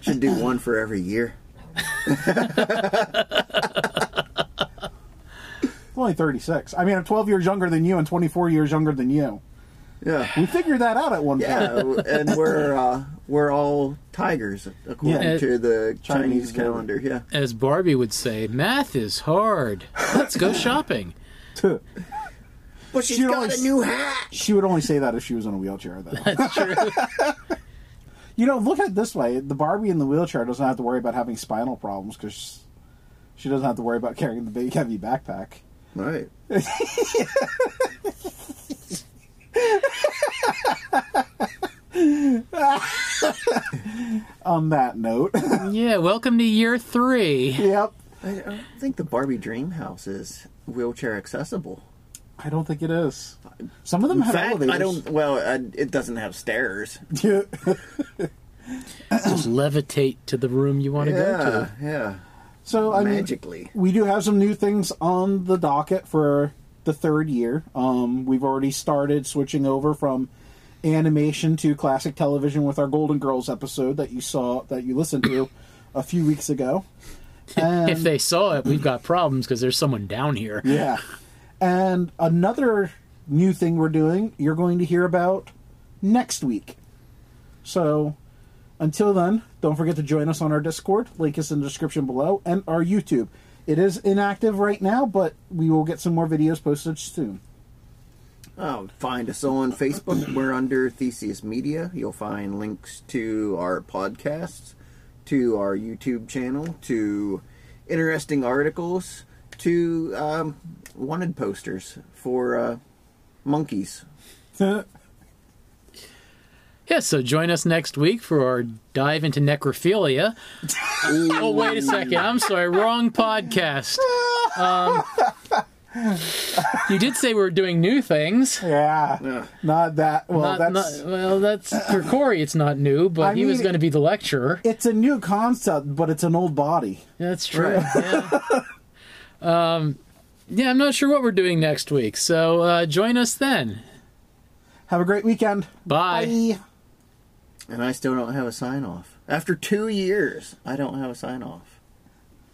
should do one for every year. I'm only 36. I mean, I'm 12 years younger than you and 24 years younger than you. Yeah. We figured that out at one point. Yeah, and we're uh, we're all tigers according Yeah. to the Chinese Chinese, calendar. Yeah. As Barbie would say, math is hard. Let's go shopping. (laughs) But she's She got always- a new hat. She would only say that if she was in a wheelchair, (laughs) though. That's true. (laughs) you know, look at it this way: the Barbie in the wheelchair doesn't have to worry about having spinal problems because she doesn't have to worry about carrying the big heavy backpack. Right. On that note, (laughs) Yeah, welcome to year three. yep. I I don't think the Barbie Dream House is wheelchair accessible. I don't think it is. Some of them In have fact, elevators. (laughs) I don't. Well, I, it doesn't have stairs. Just levitate to the room you want to go to. yeah. so I mean, Magically. we do have some new things on the docket for the third year. Um, we've already started switching over from animation to classic television with our Golden Girls episode that you saw that you listened to a few weeks ago. (laughs) if they saw it, we've got problems because there's someone down here. Yeah. And another new thing we're doing, you're going to hear about next week. So until then, don't forget to join us on our Discord. Link is in the description below and our YouTube. It is inactive right now, but we will get some more videos posted soon. Oh, find us on Facebook. We're under Theseus Media. You'll find links to our podcasts, to our YouTube channel, to interesting articles, to um, wanted posters for uh, monkeys. Yeah, so join us next week for our dive into necrophilia. oh, wait a second. I'm sorry. Wrong podcast. Um, you did say we were doing new things. Yeah. Not that. Well, Not- that's. not- well, that's for Corey. It's not new, but I he was mean- going to be the lecturer. It's a new concept, but it's an old body. That's true. (laughs) Yeah. um, yeah, I'm not sure what we're doing next week, so uh, join us then. Have a great weekend. Bye. And I still don't have a sign off. After two years, I don't have a sign off.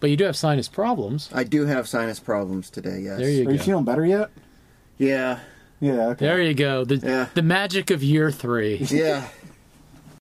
But you do have sinus problems. I do have sinus problems today, yes. There you Are you go. feeling better yet? Yeah. Yeah, There you go. The the magic of year three. Yeah.